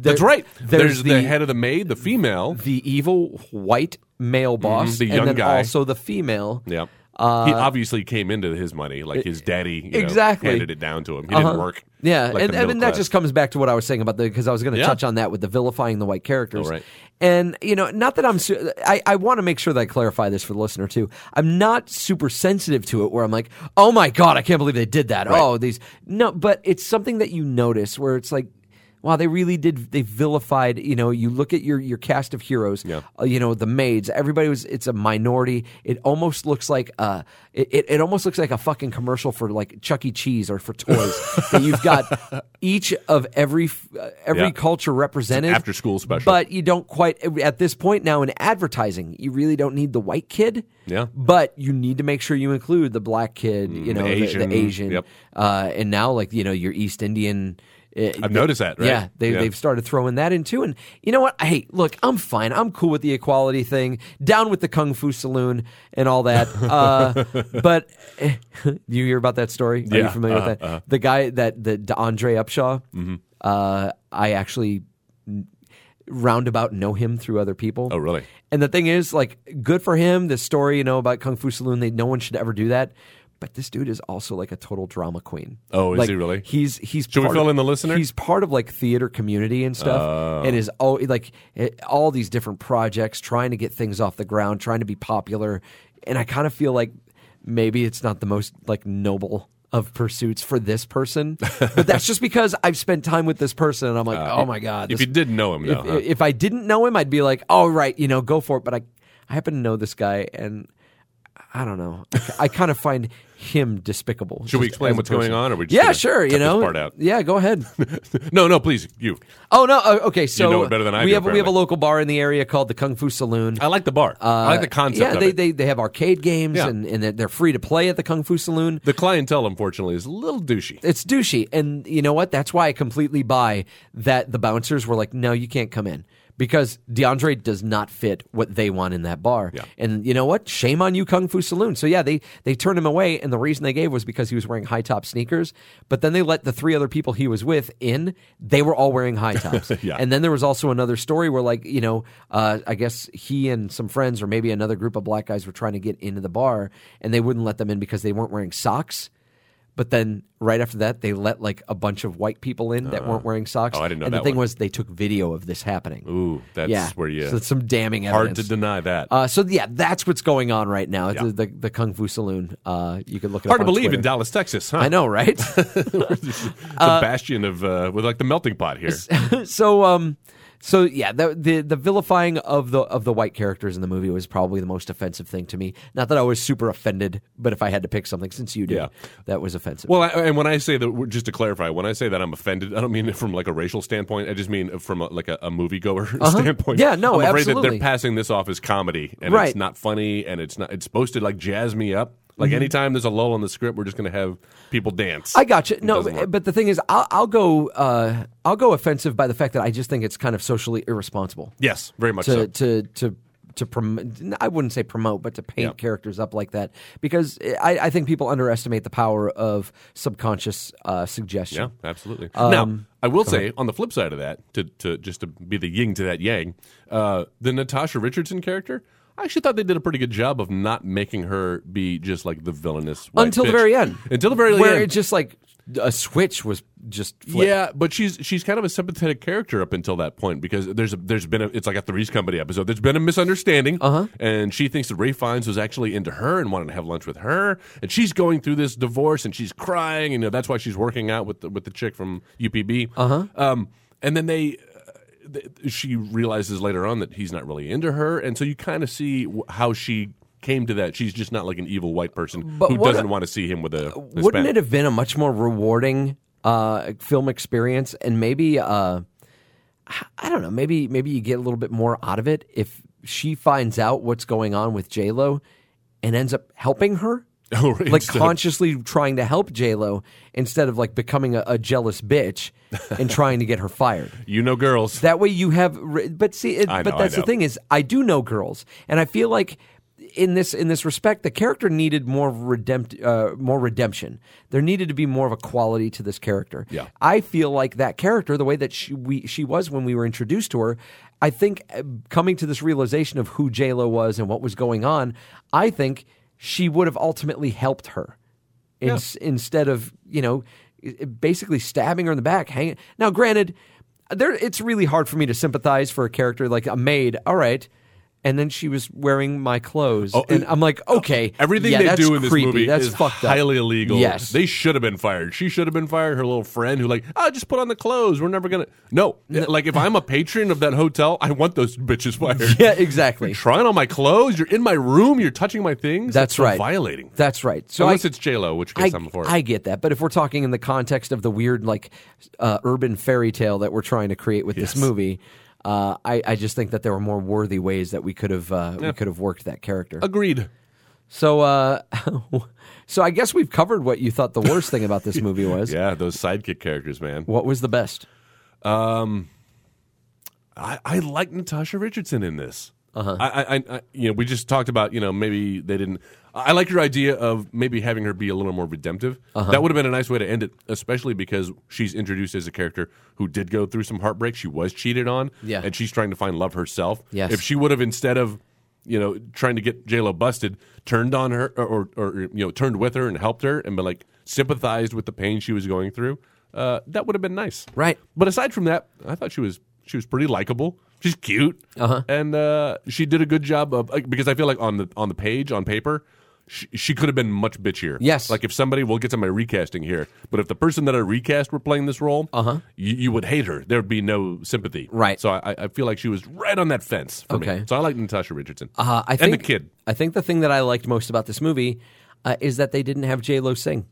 S3: That's
S4: There-
S3: right. There's,
S4: there's
S3: the, head of the maid, the female.
S4: the evil white male boss
S3: the young
S4: and then
S3: guy.
S4: also the female
S3: Yeah. he obviously came into his money, like his daddy. you know,
S4: Uh, e exactly.
S3: handed it down to him. He
S4: Uh-huh.
S3: didn't work. like
S4: Yeah, and,
S3: the
S4: I
S3: middle
S4: mean that
S3: class.
S4: just comes back to what I was saying about the because I was going to
S3: Yeah.
S4: touch on that with the vilifying the white characters.
S3: All right.
S4: And you know, not that I'm, su- I, I want to make sure that I clarify this for the listener too. I'm not super sensitive to it, where I'm like, oh my god, I can't believe they did that. Oh, these no, but it's something that you notice where it's like. Wow, they really did. They vilified. You know, you look at your your cast of heroes.
S3: Yeah.
S4: uh, you know, the maids. Everybody was. It's a minority. It almost looks like uh, it, it, it almost looks like a fucking commercial for like Chuck E. Cheese or for toys. that you've got each of every uh, every
S3: Yeah.
S4: culture represented.
S3: after-school special.
S4: But you don't quite at this point now in advertising. You really don't need the white kid.
S3: Yeah. Mm,
S4: But you need to make sure you include the black kid. You know, the the
S3: Asian.
S4: Asian.
S3: Yep.
S4: Uh, and now, like you know, your East Indian It-
S3: I've noticed that, right?
S4: Yeah, they,
S3: Yeah.
S4: they've started throwing that in too. And you know what? Hey, look, I'm fine. I'm cool with the equality thing, down with the Kung Fu Saloon and all that. Uh, but eh, you hear about that story? Are you
S3: Yeah,
S4: familiar
S3: uh-huh, Mm-hmm.
S4: with that? The guy that, the, the Andre Upshaw, uh, I actually roundabout know him through other people.
S3: Oh, really?
S4: And the thing is, like, good for him. This story, you know, about Kung Fu Saloon, they, no one should ever do that. But this dude is also like a total drama queen.
S3: Oh, is
S4: Like,
S3: he really?
S4: He's he's.
S3: Should we
S4: part
S3: fill
S4: of-
S3: in the listener? Oh.
S4: He's part of like theater community and stuff, and is all like eh, all these different projects, trying to get things off the ground, trying to be popular. And I kind of feel like maybe it's not the most like noble of pursuits for this person, but that's just because I've spent time with this person, and I'm like, oh my god,
S3: Uh, If
S4: this
S3: you didn't know him, though,
S4: if,
S3: huh?
S4: if I didn't know him, I'd be like, all right, you know, go for it. But I, I happen to know this guy, and I don't know. I, kind of find him despicable.
S3: Should we
S4: just
S3: explain
S4: as a
S3: what's going
S4: person.
S3: on, or we just
S4: Yeah,
S3: gonna
S4: sure.
S3: cut
S4: You
S3: this
S4: know,
S3: part out?
S4: yeah, go ahead.
S3: no, no, please, you.
S4: oh no, uh, okay. So
S3: know it better than I
S4: we
S3: do,
S4: have we have a
S3: apparently.
S4: local bar in the area called the Kung Fu Saloon.
S3: I like the bar. I like the concept.
S4: Uh, yeah,
S3: of
S4: they,
S3: it.
S4: they they have arcade games
S3: Yeah.
S4: and, and they're- they're free to play at the Kung Fu Saloon.
S3: the clientele, unfortunately, is a little douchey.
S4: it's douchey. And you know what? That's why I completely buy that the bouncers were like, no, you can't come in because DeAndre does not fit what they want in that bar.
S3: Yeah.
S4: And you know what? Shame on you, Kung Fu Saloon. So yeah, they they turned him away, and the reason they gave was because he was wearing high top sneakers. But then they let the three other people he was with in. They were all wearing high tops.
S3: Yeah.
S4: And then there was also another story where, like, you know, uh, I guess he and some friends or maybe another group of black guys were trying to get into the bar, and they wouldn't let them in because they weren't wearing socks. But then right after that, they let like a bunch of white people in that weren't wearing socks.
S3: oh, I didn't know
S4: And
S3: that
S4: the thing
S3: one.
S4: was, they took video of this happening.
S3: Ooh, that's
S4: yeah.
S3: where you.
S4: So it's some damning
S3: hard to
S4: evidence.
S3: deny that.
S4: Uh, so yeah, that's what's going on right now.
S3: Yeah.
S4: The, the the Kung Fu Saloon. Uh, you can look it
S3: hard to
S4: up on
S3: believe in
S4: Twitter.
S3: Dallas, Texas, huh?
S4: I know, right?
S3: it's a bastion of uh, with like the melting pot here.
S4: so um so yeah the, the the vilifying of the of the white characters in the movie was probably the most offensive thing to me not that i was super offended but if i had to pick something since you did
S3: Yeah.
S4: that was offensive
S3: Well, I, and when I say that, just to clarify, when I say that I'm offended, I don't mean it from like a racial standpoint. I just mean from a, like a, a moviegoer standpoint.
S4: Uh-huh. Yeah, no,
S3: I'm afraid that
S4: absolutely.
S3: they're passing this off as comedy, and
S4: Right.
S3: it's not funny, and it's not. It's supposed to like jazz me up. Like anytime there's a lull in the script, we're just going to have people dance.
S4: Mm-hmm. I got you. No,
S3: doesn't work.
S4: but the thing is, I'll, I'll go. Uh, I'll go offensive by the fact that I just think it's kind of socially irresponsible.
S3: yes, very much
S4: to
S3: so.
S4: to to to promote. I wouldn't say promote, but to paint
S3: Yeah.
S4: characters up like that because I, I think people underestimate the power of subconscious uh, suggestion.
S3: Yeah, absolutely.
S4: Um,
S3: now, I will say on the flip side of that, to, to just to be the yin to that yang, uh, the Natasha Richardson character, I actually thought they did a pretty good job of not making her be just like the villainous white
S4: Until the
S3: bitch.
S4: very end.
S3: Until the very
S4: where
S3: end,
S4: it just like a switch was just flipped.
S3: Yeah, but she's she's kind of a sympathetic character up until that point because there's a, there's been a, it's like a Three's Company episode. There's been a misunderstanding, uh-huh. and she thinks that Ray Fiennes was actually into her and wanted to have lunch with her, and she's going through this divorce and she's crying. You know that's why she's working out with the, with the chick from UPB. Uh-huh. Um, and then they uh, she realizes later on that he's not really into her, and so you kind of see w- how she came to that. She's just not like an evil white person
S4: But
S3: who
S4: what
S3: doesn't
S4: a-
S3: want to see him with a. Hispanic.
S4: Wouldn't it have been a much more rewarding uh, film experience, and maybe uh, I don't know, maybe maybe you get a little bit more out of it if she finds out what's going on with J Lo and ends up helping her,
S3: Oh, right,
S4: like
S3: instead of-
S4: consciously trying to help J Lo instead of like becoming a, a jealous bitch and trying to get her fired.
S3: you know, girls.
S4: That way you have, ri- but see, it,
S3: I know,
S4: but
S3: I
S4: that's the
S3: know.
S4: thing is, I do know girls, and I feel like in this in this respect, the character needed more redempt, uh, more redemption. There needed to be more of a quality to this character.
S3: Yeah.
S4: I feel like that character, the way that she we she was when we were introduced to her, I think uh, coming to this realization of who J Lo was and what was going on, I think she would have ultimately helped her in, instead of you know i- basically stabbing her in the back hanging now granted there it's really hard for me to sympathize for a character like a maid all right and then she was wearing my clothes and i'm like okay
S3: Oh, Everything
S4: yeah,
S3: they
S4: that's
S3: do in this
S4: creepy.
S3: movie
S4: that's
S3: is
S4: fucked up.
S3: highly illegal.
S4: yes
S3: They should have been fired. She should have been fired. Her little friend who like, oh, just put on the clothes. We're never gonna. No, like if I'm a patron of that hotel, I want those bitches fired.
S4: yeah exactly
S3: You're trying on my clothes. You're in my room. You're touching my things.
S4: that's
S3: so
S4: right
S3: Violating.
S4: that's right so
S3: Unless
S4: I,
S3: it's J Lo, which
S4: I,
S3: case I, am for it.
S4: I get that, but if we're talking in the context of the weird, like, uh, urban fairy tale that we're trying to create with this movie, uh, I, I just think that there were more worthy ways that we could have uh, we could have worked that character.
S3: Agreed.
S4: So, uh, so I guess we've covered what you thought the worst thing about this movie was.
S3: Yeah, those sidekick characters, man.
S4: What was the best?
S3: I, I like Natasha Richardson in this. Uh-huh. I, I, I, you know, we just talked about, you know, maybe they didn't. I I like your idea of maybe having her be a little more redemptive.
S4: Uh-huh.
S3: That would have been a nice way to end it, especially because she's introduced as a character who did go through some heartbreak. She was cheated on,
S4: Yeah.
S3: and she's trying to find love herself.
S4: Yes.
S3: If she would have instead of, you know, trying to get J Lo busted, turned on her or, or, or you know turned with her and helped her and been like sympathized with the pain she was going through, uh, that would have been nice.
S4: Right.
S3: But aside from that, I thought she was she was pretty likable. She's cute, uh-huh. and uh, she did a good job of like, because I feel like on the on the page on paper, she, she could have been much bitchier.
S4: Yes.
S3: like if somebody we'll get to my recasting here, but if the person that I recast were playing this role, uh-huh. you, you would hate her. There would be no sympathy.
S4: Right.
S3: So I, I feel like she was right on that fence for
S4: Okay.
S3: me. So I like Natasha Richardson
S4: Uh, I
S3: and
S4: think
S3: the kid.
S4: I think the thing that I liked most about this movie uh, is that they didn't have J Lo sing.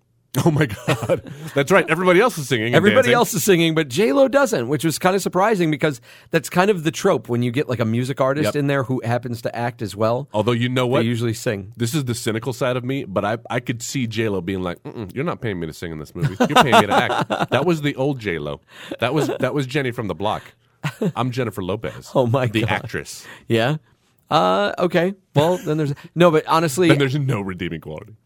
S3: Oh my god, that's right. Everybody else is singing. and
S4: Everybody
S3: dancing.
S4: else is singing, but J Lo doesn't, which was kind of surprising because that's kind of the trope when you get like a music artist
S3: Yep.
S4: in there who happens to act as well.
S3: Although you know what,
S4: They usually sing.
S3: This is the cynical side of me, but I, I could see J Lo being like, Mm-mm, "You're not paying me to sing in this movie. You're paying me to act." That was the old J Lo. That was that was Jenny from the Block. I'm Jennifer Lopez.
S4: Oh, my
S3: the
S4: God.
S3: actress.
S4: Yeah. Uh, okay. Well, then there's no, but honestly,
S3: And there's no redeeming quality.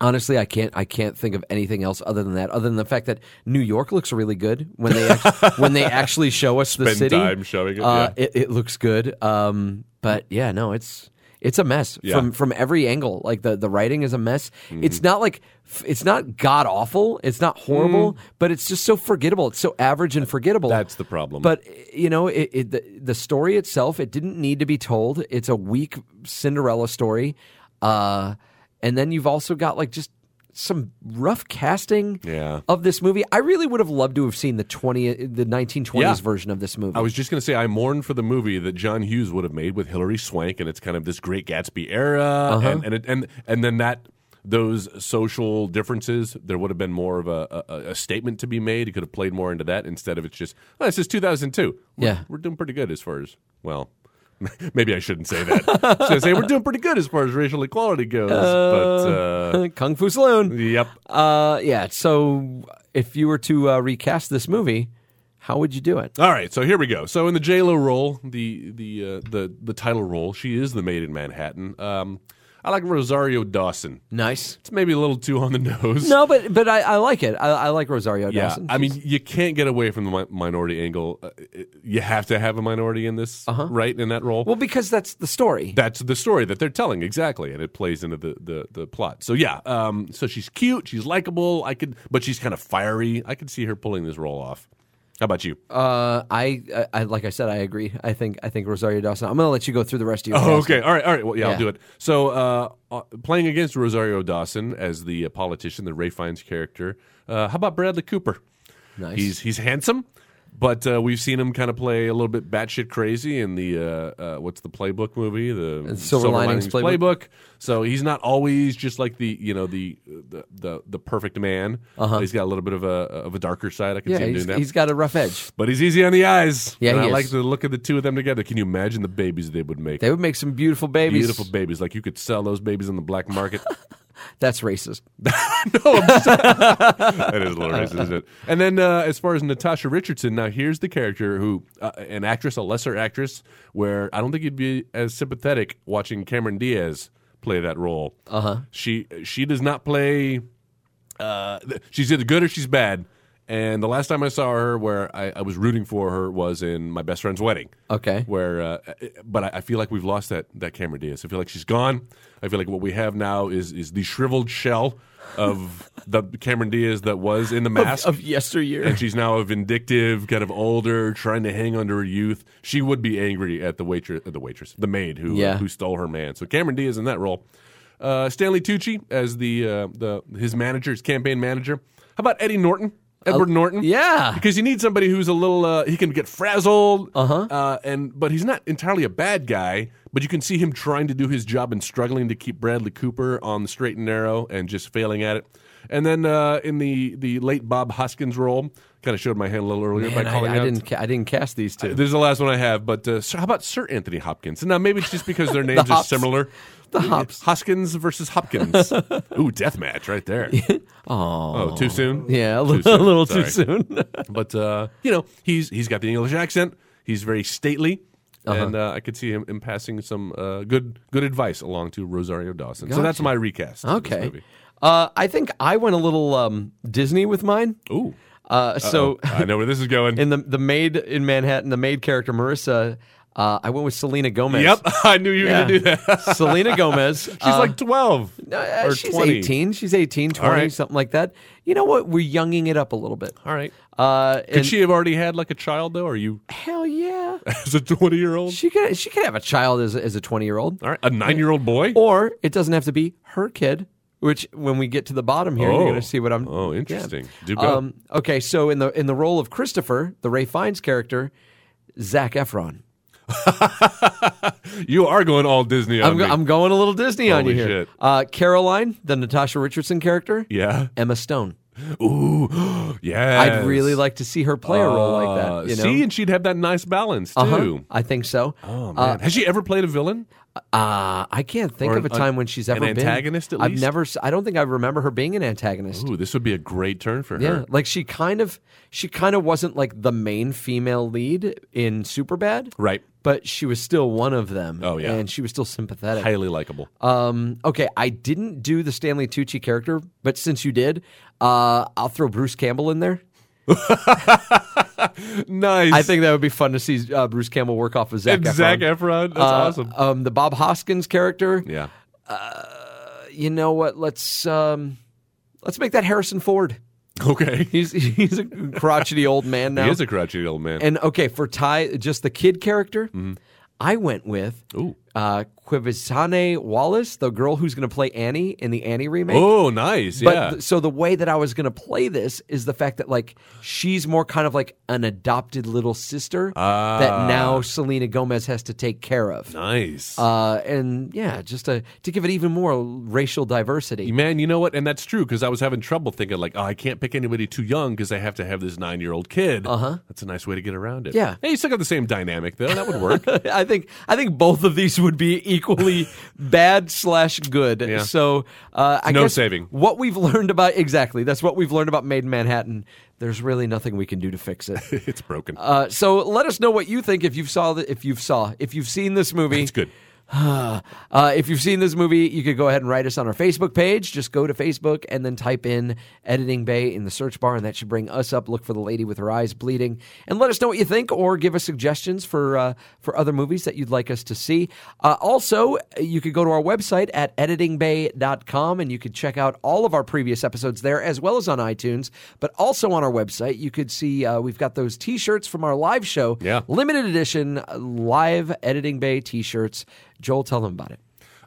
S4: Honestly, I can't. I can't think of anything else other than that. Other than the fact that New York looks really good when they act- when they actually show us the
S3: Spend
S4: city.
S3: time showing it,
S4: Uh,
S3: yeah.
S4: it, it looks good. Um, but yeah, no, it's it's a mess
S3: Yeah. Mm-hmm.
S4: from from every angle. Like the the writing is a mess. It's not like it's not god awful. It's not horrible, but it's just so forgettable. It's so average and forgettable.
S3: Mm. That's the problem.
S4: But you know, it, it, the, the story itself, it didn't need to be told. It's a weak Cinderella story, uh, and then you've also got like just some rough casting
S3: Yeah.
S4: of this movie. I really would have loved to have seen the twenty, the nineteen twenties
S3: Yeah.
S4: version of this movie.
S3: I was just going to say I mourn for the movie that John Hughes would have made with Hilary Swank, and it's kind of this Great Gatsby era, and and, it, and and then that those social differences, there would have been more of a, a, a statement to be made. It could have played more into that instead of it's just well, this is 2002. We're,
S4: Yeah.
S3: we're doing pretty good as far as well. Maybe I shouldn't say that. I was gonna say we're doing pretty good as far as racial equality goes, but uh,
S4: Kung Fu Saloon.
S3: yep.
S4: Uh, yeah. So if you were to uh, recast this movie, how would you do it?
S3: All right, so here we go. So in the J Lo role, the the uh, the the title role, she is the maid in Manhattan. Um, I like Rosario Dawson.
S4: Nice.
S3: It's maybe a little too on the nose.
S4: No, but but I, I like it. I, I like Rosario
S3: yeah.
S4: Dawson.
S3: I mean, you can't get away from the mi- minority angle. Uh, it- You have to have a minority in this, right? In that role.
S4: Uh-huh. well, because that's the story.
S3: that's the story that they're telling exactly, and it plays into the the, the plot. So yeah, um, so she's cute, she's likable. I could, but she's kind of fiery. I could see her pulling this role off. How about you?
S4: Uh, I, I- I like I said, I agree. I think I think Rosario Dawson. I'm gonna let you go through the rest of your.
S3: Oh,
S4: cast.
S3: okay. All right. All right. Well, yeah,
S4: Yeah.
S3: I'll do it. So, uh, uh, playing against Rosario Dawson as the uh, politician, the Ray Fiennes character. Uh, how about Bradley Cooper?
S4: Nice.
S3: He's he's handsome, but uh, we've seen him kind of play a little bit batshit crazy in the uh, uh, what's the playbook movie, the
S4: Silver Linings Playbook.
S3: So he's not always just like the you know the the the, the perfect man. Uh-huh. He's got a little bit of a of a darker side. I can
S4: Yeah,
S3: see him
S4: he's,
S3: doing that.
S4: he's got a rough edge.
S3: but he's easy on the eyes.
S4: Yeah,
S3: and
S4: he
S3: I
S4: is.
S3: like the look of the two of them together. Can you imagine the babies they would make?
S4: They would make some beautiful babies.
S3: Beautiful babies. Like you could sell those babies on the black market.
S4: That's racist.
S3: that is a little racist, isn't it? And then uh, as far as Natasha Richardson, now here's the character who, uh, an actress, a lesser actress, where I don't think you'd be as sympathetic watching Cameron Diaz play that role. Uh huh. She she does not play. Uh, th- she's either good or she's bad. And the last time I saw her, where I, I was rooting for her, was in my best friend's wedding.
S4: Okay.
S3: where uh, but I, I feel like we've lost that that Cameron Diaz. I feel like she's gone. I feel like what we have now is is the shriveled shell of the Cameron Diaz that was in the mask.
S4: Of yesteryear.
S3: and she's now a vindictive, kind of older, trying to hang on to her youth. She would be angry at the waitress, the waitress, the maid who uh,
S4: Yeah.
S3: who stole her man. So Cameron Diaz in that role. Uh, Stanley Tucci as the uh, the his manager, his campaign manager. How about Eddie Norton?
S4: Uh,
S3: Edward Norton,
S4: yeah.
S3: because you need
S4: Uh-huh.
S3: somebody who's a little uh, he can get frazzled uh and but he's not entirely a bad guy But you can see him trying to do his job and struggling to keep Bradley Cooper on the straight and narrow and just failing at it. And then uh, in the, the late Bob Hoskins role, kind of showed my hand a little earlier by
S4: Man, I,
S3: calling
S4: I
S3: out.
S4: didn't. Ca- I didn't cast these two.
S3: There's the last one I have, but uh, Sir- how about Sir Anthony Hopkins? And now maybe it's just because their names are
S4: hops.
S3: similar.
S4: The hops.
S3: Hoskins versus Hopkins. Ooh, death match right there. Oh, too soon.
S4: Yeah, a
S3: Too
S4: little,
S3: soon.
S4: a little too
S3: Sorry.
S4: soon.
S3: But uh, you know, he's he's got the English accent. He's very stately,
S4: Uh-huh.
S3: and uh, I could see him, him passing some uh, good good advice along to Rosario Dawson. So that's
S4: Gotcha.
S3: my recast. of this
S4: okay.
S3: movie.
S4: Uh, I think I went a little um, Disney with mine.
S3: Ooh.
S4: Uh, so
S3: I know where this is going.
S4: in the the maid in Manhattan, the maid character Marissa, uh, I went with Selena Gomez.
S3: yep, I knew you were
S4: Yeah.
S3: going to do that.
S4: Selena Gomez.
S3: She's like twelve or
S4: uh, she's
S3: twenty.
S4: 18. She's 18, 20,
S3: right.
S4: something like that. You know what? We're younging it up a little bit.
S3: All right.
S4: Uh,
S3: Could
S4: and-
S3: she have already had like a child though? Are you
S4: Hell yeah.
S3: as a twenty year old?
S4: she could she could have a child as, a- as a 20 year old.
S3: All right, a nine year old boy.
S4: Or it doesn't have to be her kid, which when we get to the bottom here,
S3: Oh.
S4: you're going to see what I'm.
S3: Oh, interesting. Do go.
S4: Um, okay, so in the in the role of Christopher, the Ray Fiennes character, Zach Efron.
S3: you are going all Disney on
S4: I'm,
S3: me.
S4: go- I'm going a little Disney on you
S3: Holy
S4: here.
S3: shit.
S4: Uh, Caroline, the Natasha Richardson character,
S3: yeah.
S4: Emma Stone.
S3: Ooh. yeah.
S4: I'd really like to see her play a role like that. You know?
S3: Ah, Uh, See, and she'd have that nice balance too.
S4: Uh-huh. I think so.
S3: Oh man, has she ever played a villain?
S4: Uh, I can't think
S3: Or
S4: of a
S3: an-
S4: time when she's
S3: an
S4: ever been
S3: antagonist, at
S4: I've
S3: least?
S4: never. s- I don't think I remember her being an antagonist.
S3: Ooh, this would be a great turn for
S4: uh, Yeah,
S3: her.
S4: like she kind of she kind of wasn't like the main female lead in Superbad,
S3: Right.
S4: But she was still one of them.
S3: Oh, yeah.
S4: and she was still sympathetic.
S3: Highly likable.
S4: Um, okay, I didn't do the Stanley Tucci character, but since you did, uh, I'll throw Bruce Campbell in there.
S3: nice.
S4: I think that would be fun to see uh, Bruce Campbell work off of Zach
S3: and
S4: Efron.
S3: Zach Efron. That's
S4: Uh,
S3: awesome.
S4: Um, the Bob Hoskins character.
S3: Yeah.
S4: You know what? Let's um, let's make that Harrison Ford.
S3: Okay.
S4: He's he's a crotchety old man now.
S3: He is a crotchety old man.
S4: And okay, for Ty, just the kid character, I went with
S3: Mm-hmm. Ooh.
S4: uh, Quivisane Wallace, the girl who's going to play Annie in the Annie remake.
S3: oh, nice.
S4: But
S3: yeah.
S4: th- so the way that I was going to play this is the fact that like she's more kind of like an adopted little sister that now Selena Gomez has to take care of.
S3: Ah. nice.
S4: Uh, and yeah, just to, to give it even more racial diversity.
S3: Man, you know what? And that's true because I was having trouble thinking like, oh, I can't pick anybody too young because I have to have this nine-year-old kid. Uh huh. That's a nice way to get around it.
S4: Uh-huh. Yeah.
S3: Hey, you still got the same dynamic though. That would work.
S4: I think I think both of these would be equally bad slash good.
S3: Yeah.
S4: So uh, I
S3: No
S4: guess
S3: saving.
S4: What we've learned about exactly that's what we've learned about Made in Manhattan. There's really nothing we can do to fix it.
S3: it's broken.
S4: uh, so let us know what you think if you've saw the, if you've saw if you've seen this movie.
S3: it's good.
S4: Uh, if you've seen this movie, you could go ahead and write us on our Facebook page. Just go to Facebook and then type in Editing Bay in the search bar, and that should bring us up. Look for the lady with her eyes bleeding, and let us know what you think, or give us suggestions for uh, for other movies that you'd like us to see. Uh, also, you could go to our website at editingbay.com, and you could check out all of our previous episodes there, as well as on iTunes, but also on our website. You could see uh, we've got those T-shirts from our live show,
S3: Yeah.
S4: limited edition uh, live editing bay t-shirts joel tell them about it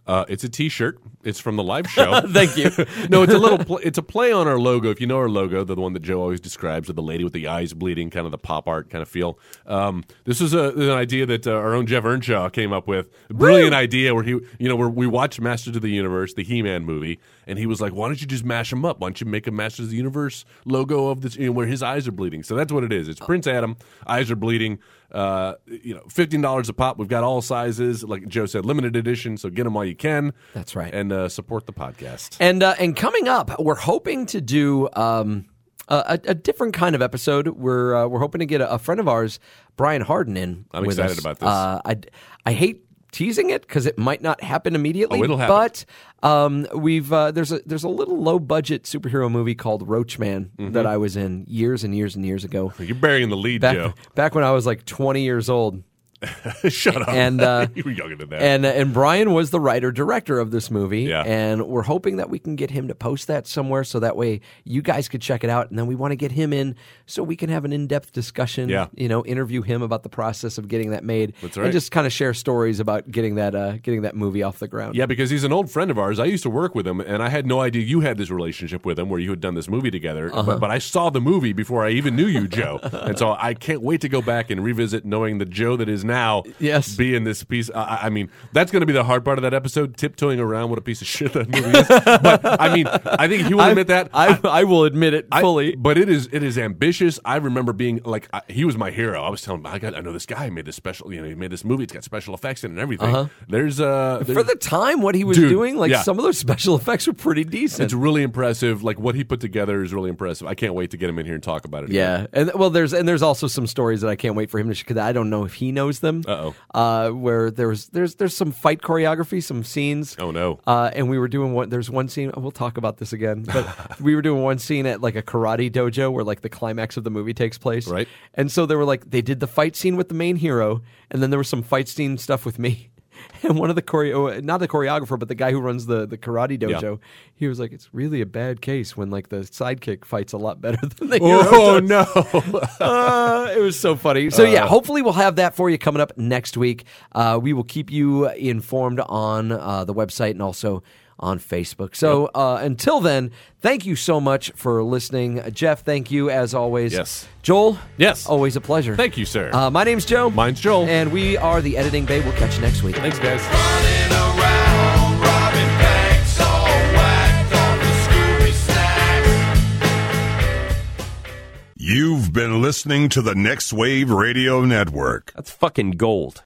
S3: Uh, it's a T-shirt. It's from the live show.
S4: thank you
S3: no, it's a little. Pl- it's a play on our logo. If you know our logo, the one that Joe always describes, with the lady with the eyes bleeding, kind of the pop art kind of feel. Um, this is a, an idea that uh, our own Jeff Earnshaw came up with. Brilliant idea where he, you know, where we watched Masters of the Universe, the He-Man movie, and he was like, "Why don't you just mash them up? Why don't you make a Masters of the Universe logo of this, you know, where his eyes are bleeding?" So that's what it is. It's Prince Adam, eyes are bleeding. Uh, you know, fifteen dollars a pop. We've got all sizes, like Joe said, limited edition. So get them while you can.
S4: That's right.
S3: and uh, support the podcast.
S4: and uh, and coming up we're hoping to do um a, a a different kind of episode. We're uh, we're hoping to get a, a friend of ours, Brian Harden, in.
S3: I'm
S4: with
S3: excited
S4: us.
S3: about this.
S4: Uh, I I hate teasing it because it might not happen immediately.
S3: Oh, it'll happen.
S4: But um, we've uh, there's a there's a little low budget superhero movie called Roach Man
S3: Mm-hmm.
S4: that I was in years and years and years ago.
S3: You're burying the lead,
S4: Back
S3: Joe.
S4: back when I was like 20 years old.
S3: Shut up.
S4: and uh,
S3: you were younger than that.
S4: and and Brian was the writer director of this movie,
S3: Yeah.
S4: and we're hoping that we can get him to post that somewhere, so that way you guys could check it out, and then we want to get him in so we can have an in depth discussion.
S3: Yeah.
S4: you know, interview him about the process of getting that made,
S3: That's right.
S4: and just kind of share stories about getting that uh, getting that movie off the ground.
S3: yeah, because he's an old friend of ours. I used to work with him, and I had no idea you had this relationship with him where you had done this movie together.
S4: Uh-huh.
S3: But, but I saw the movie before I even knew you, Joe. and so I can't wait to go back and revisit knowing the Joe that is now
S4: Yes.
S3: be in this piece. I- I, I mean, that's going to be the hard part of that episode, tiptoeing around what a piece of shit that movie is. but I mean, I think he will admit that.
S4: I, I will admit it
S3: I-
S4: fully.
S3: but it is it is ambitious. I remember being like I, he was my hero. I was telling him, I got I know this guy who made this special. You know, he made this movie. It's got special effects in it and everything. There's uh,
S4: Uh-huh. For
S3: there's-
S4: the time, what he was
S3: Dude,
S4: doing, like
S3: yeah.
S4: some of those special effects were pretty decent.
S3: it's really impressive. Like what he put together is really impressive. I can't wait to get him in here and talk about it. again.
S4: Yeah, and well, there's and there's also some stories that I can't wait for him to because I don't know if he knows them.
S3: Uh-oh.
S4: Uh, where there's there's there's some fight choreography, some scenes.
S3: Oh, no.
S4: Uh, and we were doing one. There's one scene. We'll talk about this again, but we were doing one scene at like a karate dojo where like the climax of the movie takes place.
S3: Right.
S4: And so they were like they did the fight scene with the main hero, and then there was some fight scene stuff with me. And one of the choreo, not the choreographer, but the guy who runs the, the karate dojo, he was like, "It's really a bad case when like the sidekick fights a lot better than the hero."
S3: Oh
S4: does."
S3: no!
S4: Uh, it was so funny. So
S3: Uh.
S4: yeah, hopefully we'll have that for you coming up next week. Uh, we will keep you informed on uh, the website and also on Facebook. So uh, until then, thank you so much for listening, Uh, Jeff. Thank you as always.
S3: Yes.
S4: Joel.
S3: Yes.
S4: always a pleasure.
S3: Thank you, sir.
S4: Uh, eh. my name's Joe.
S3: Mine's Joel.
S4: and we are the Editing Bay. We'll catch you next week.
S3: Thanks, guys.
S5: Running around, robbing banks, all whacked off the Scooby Snacks.
S1: You've been listening to the Next Wave Radio Network.
S6: That's fucking gold.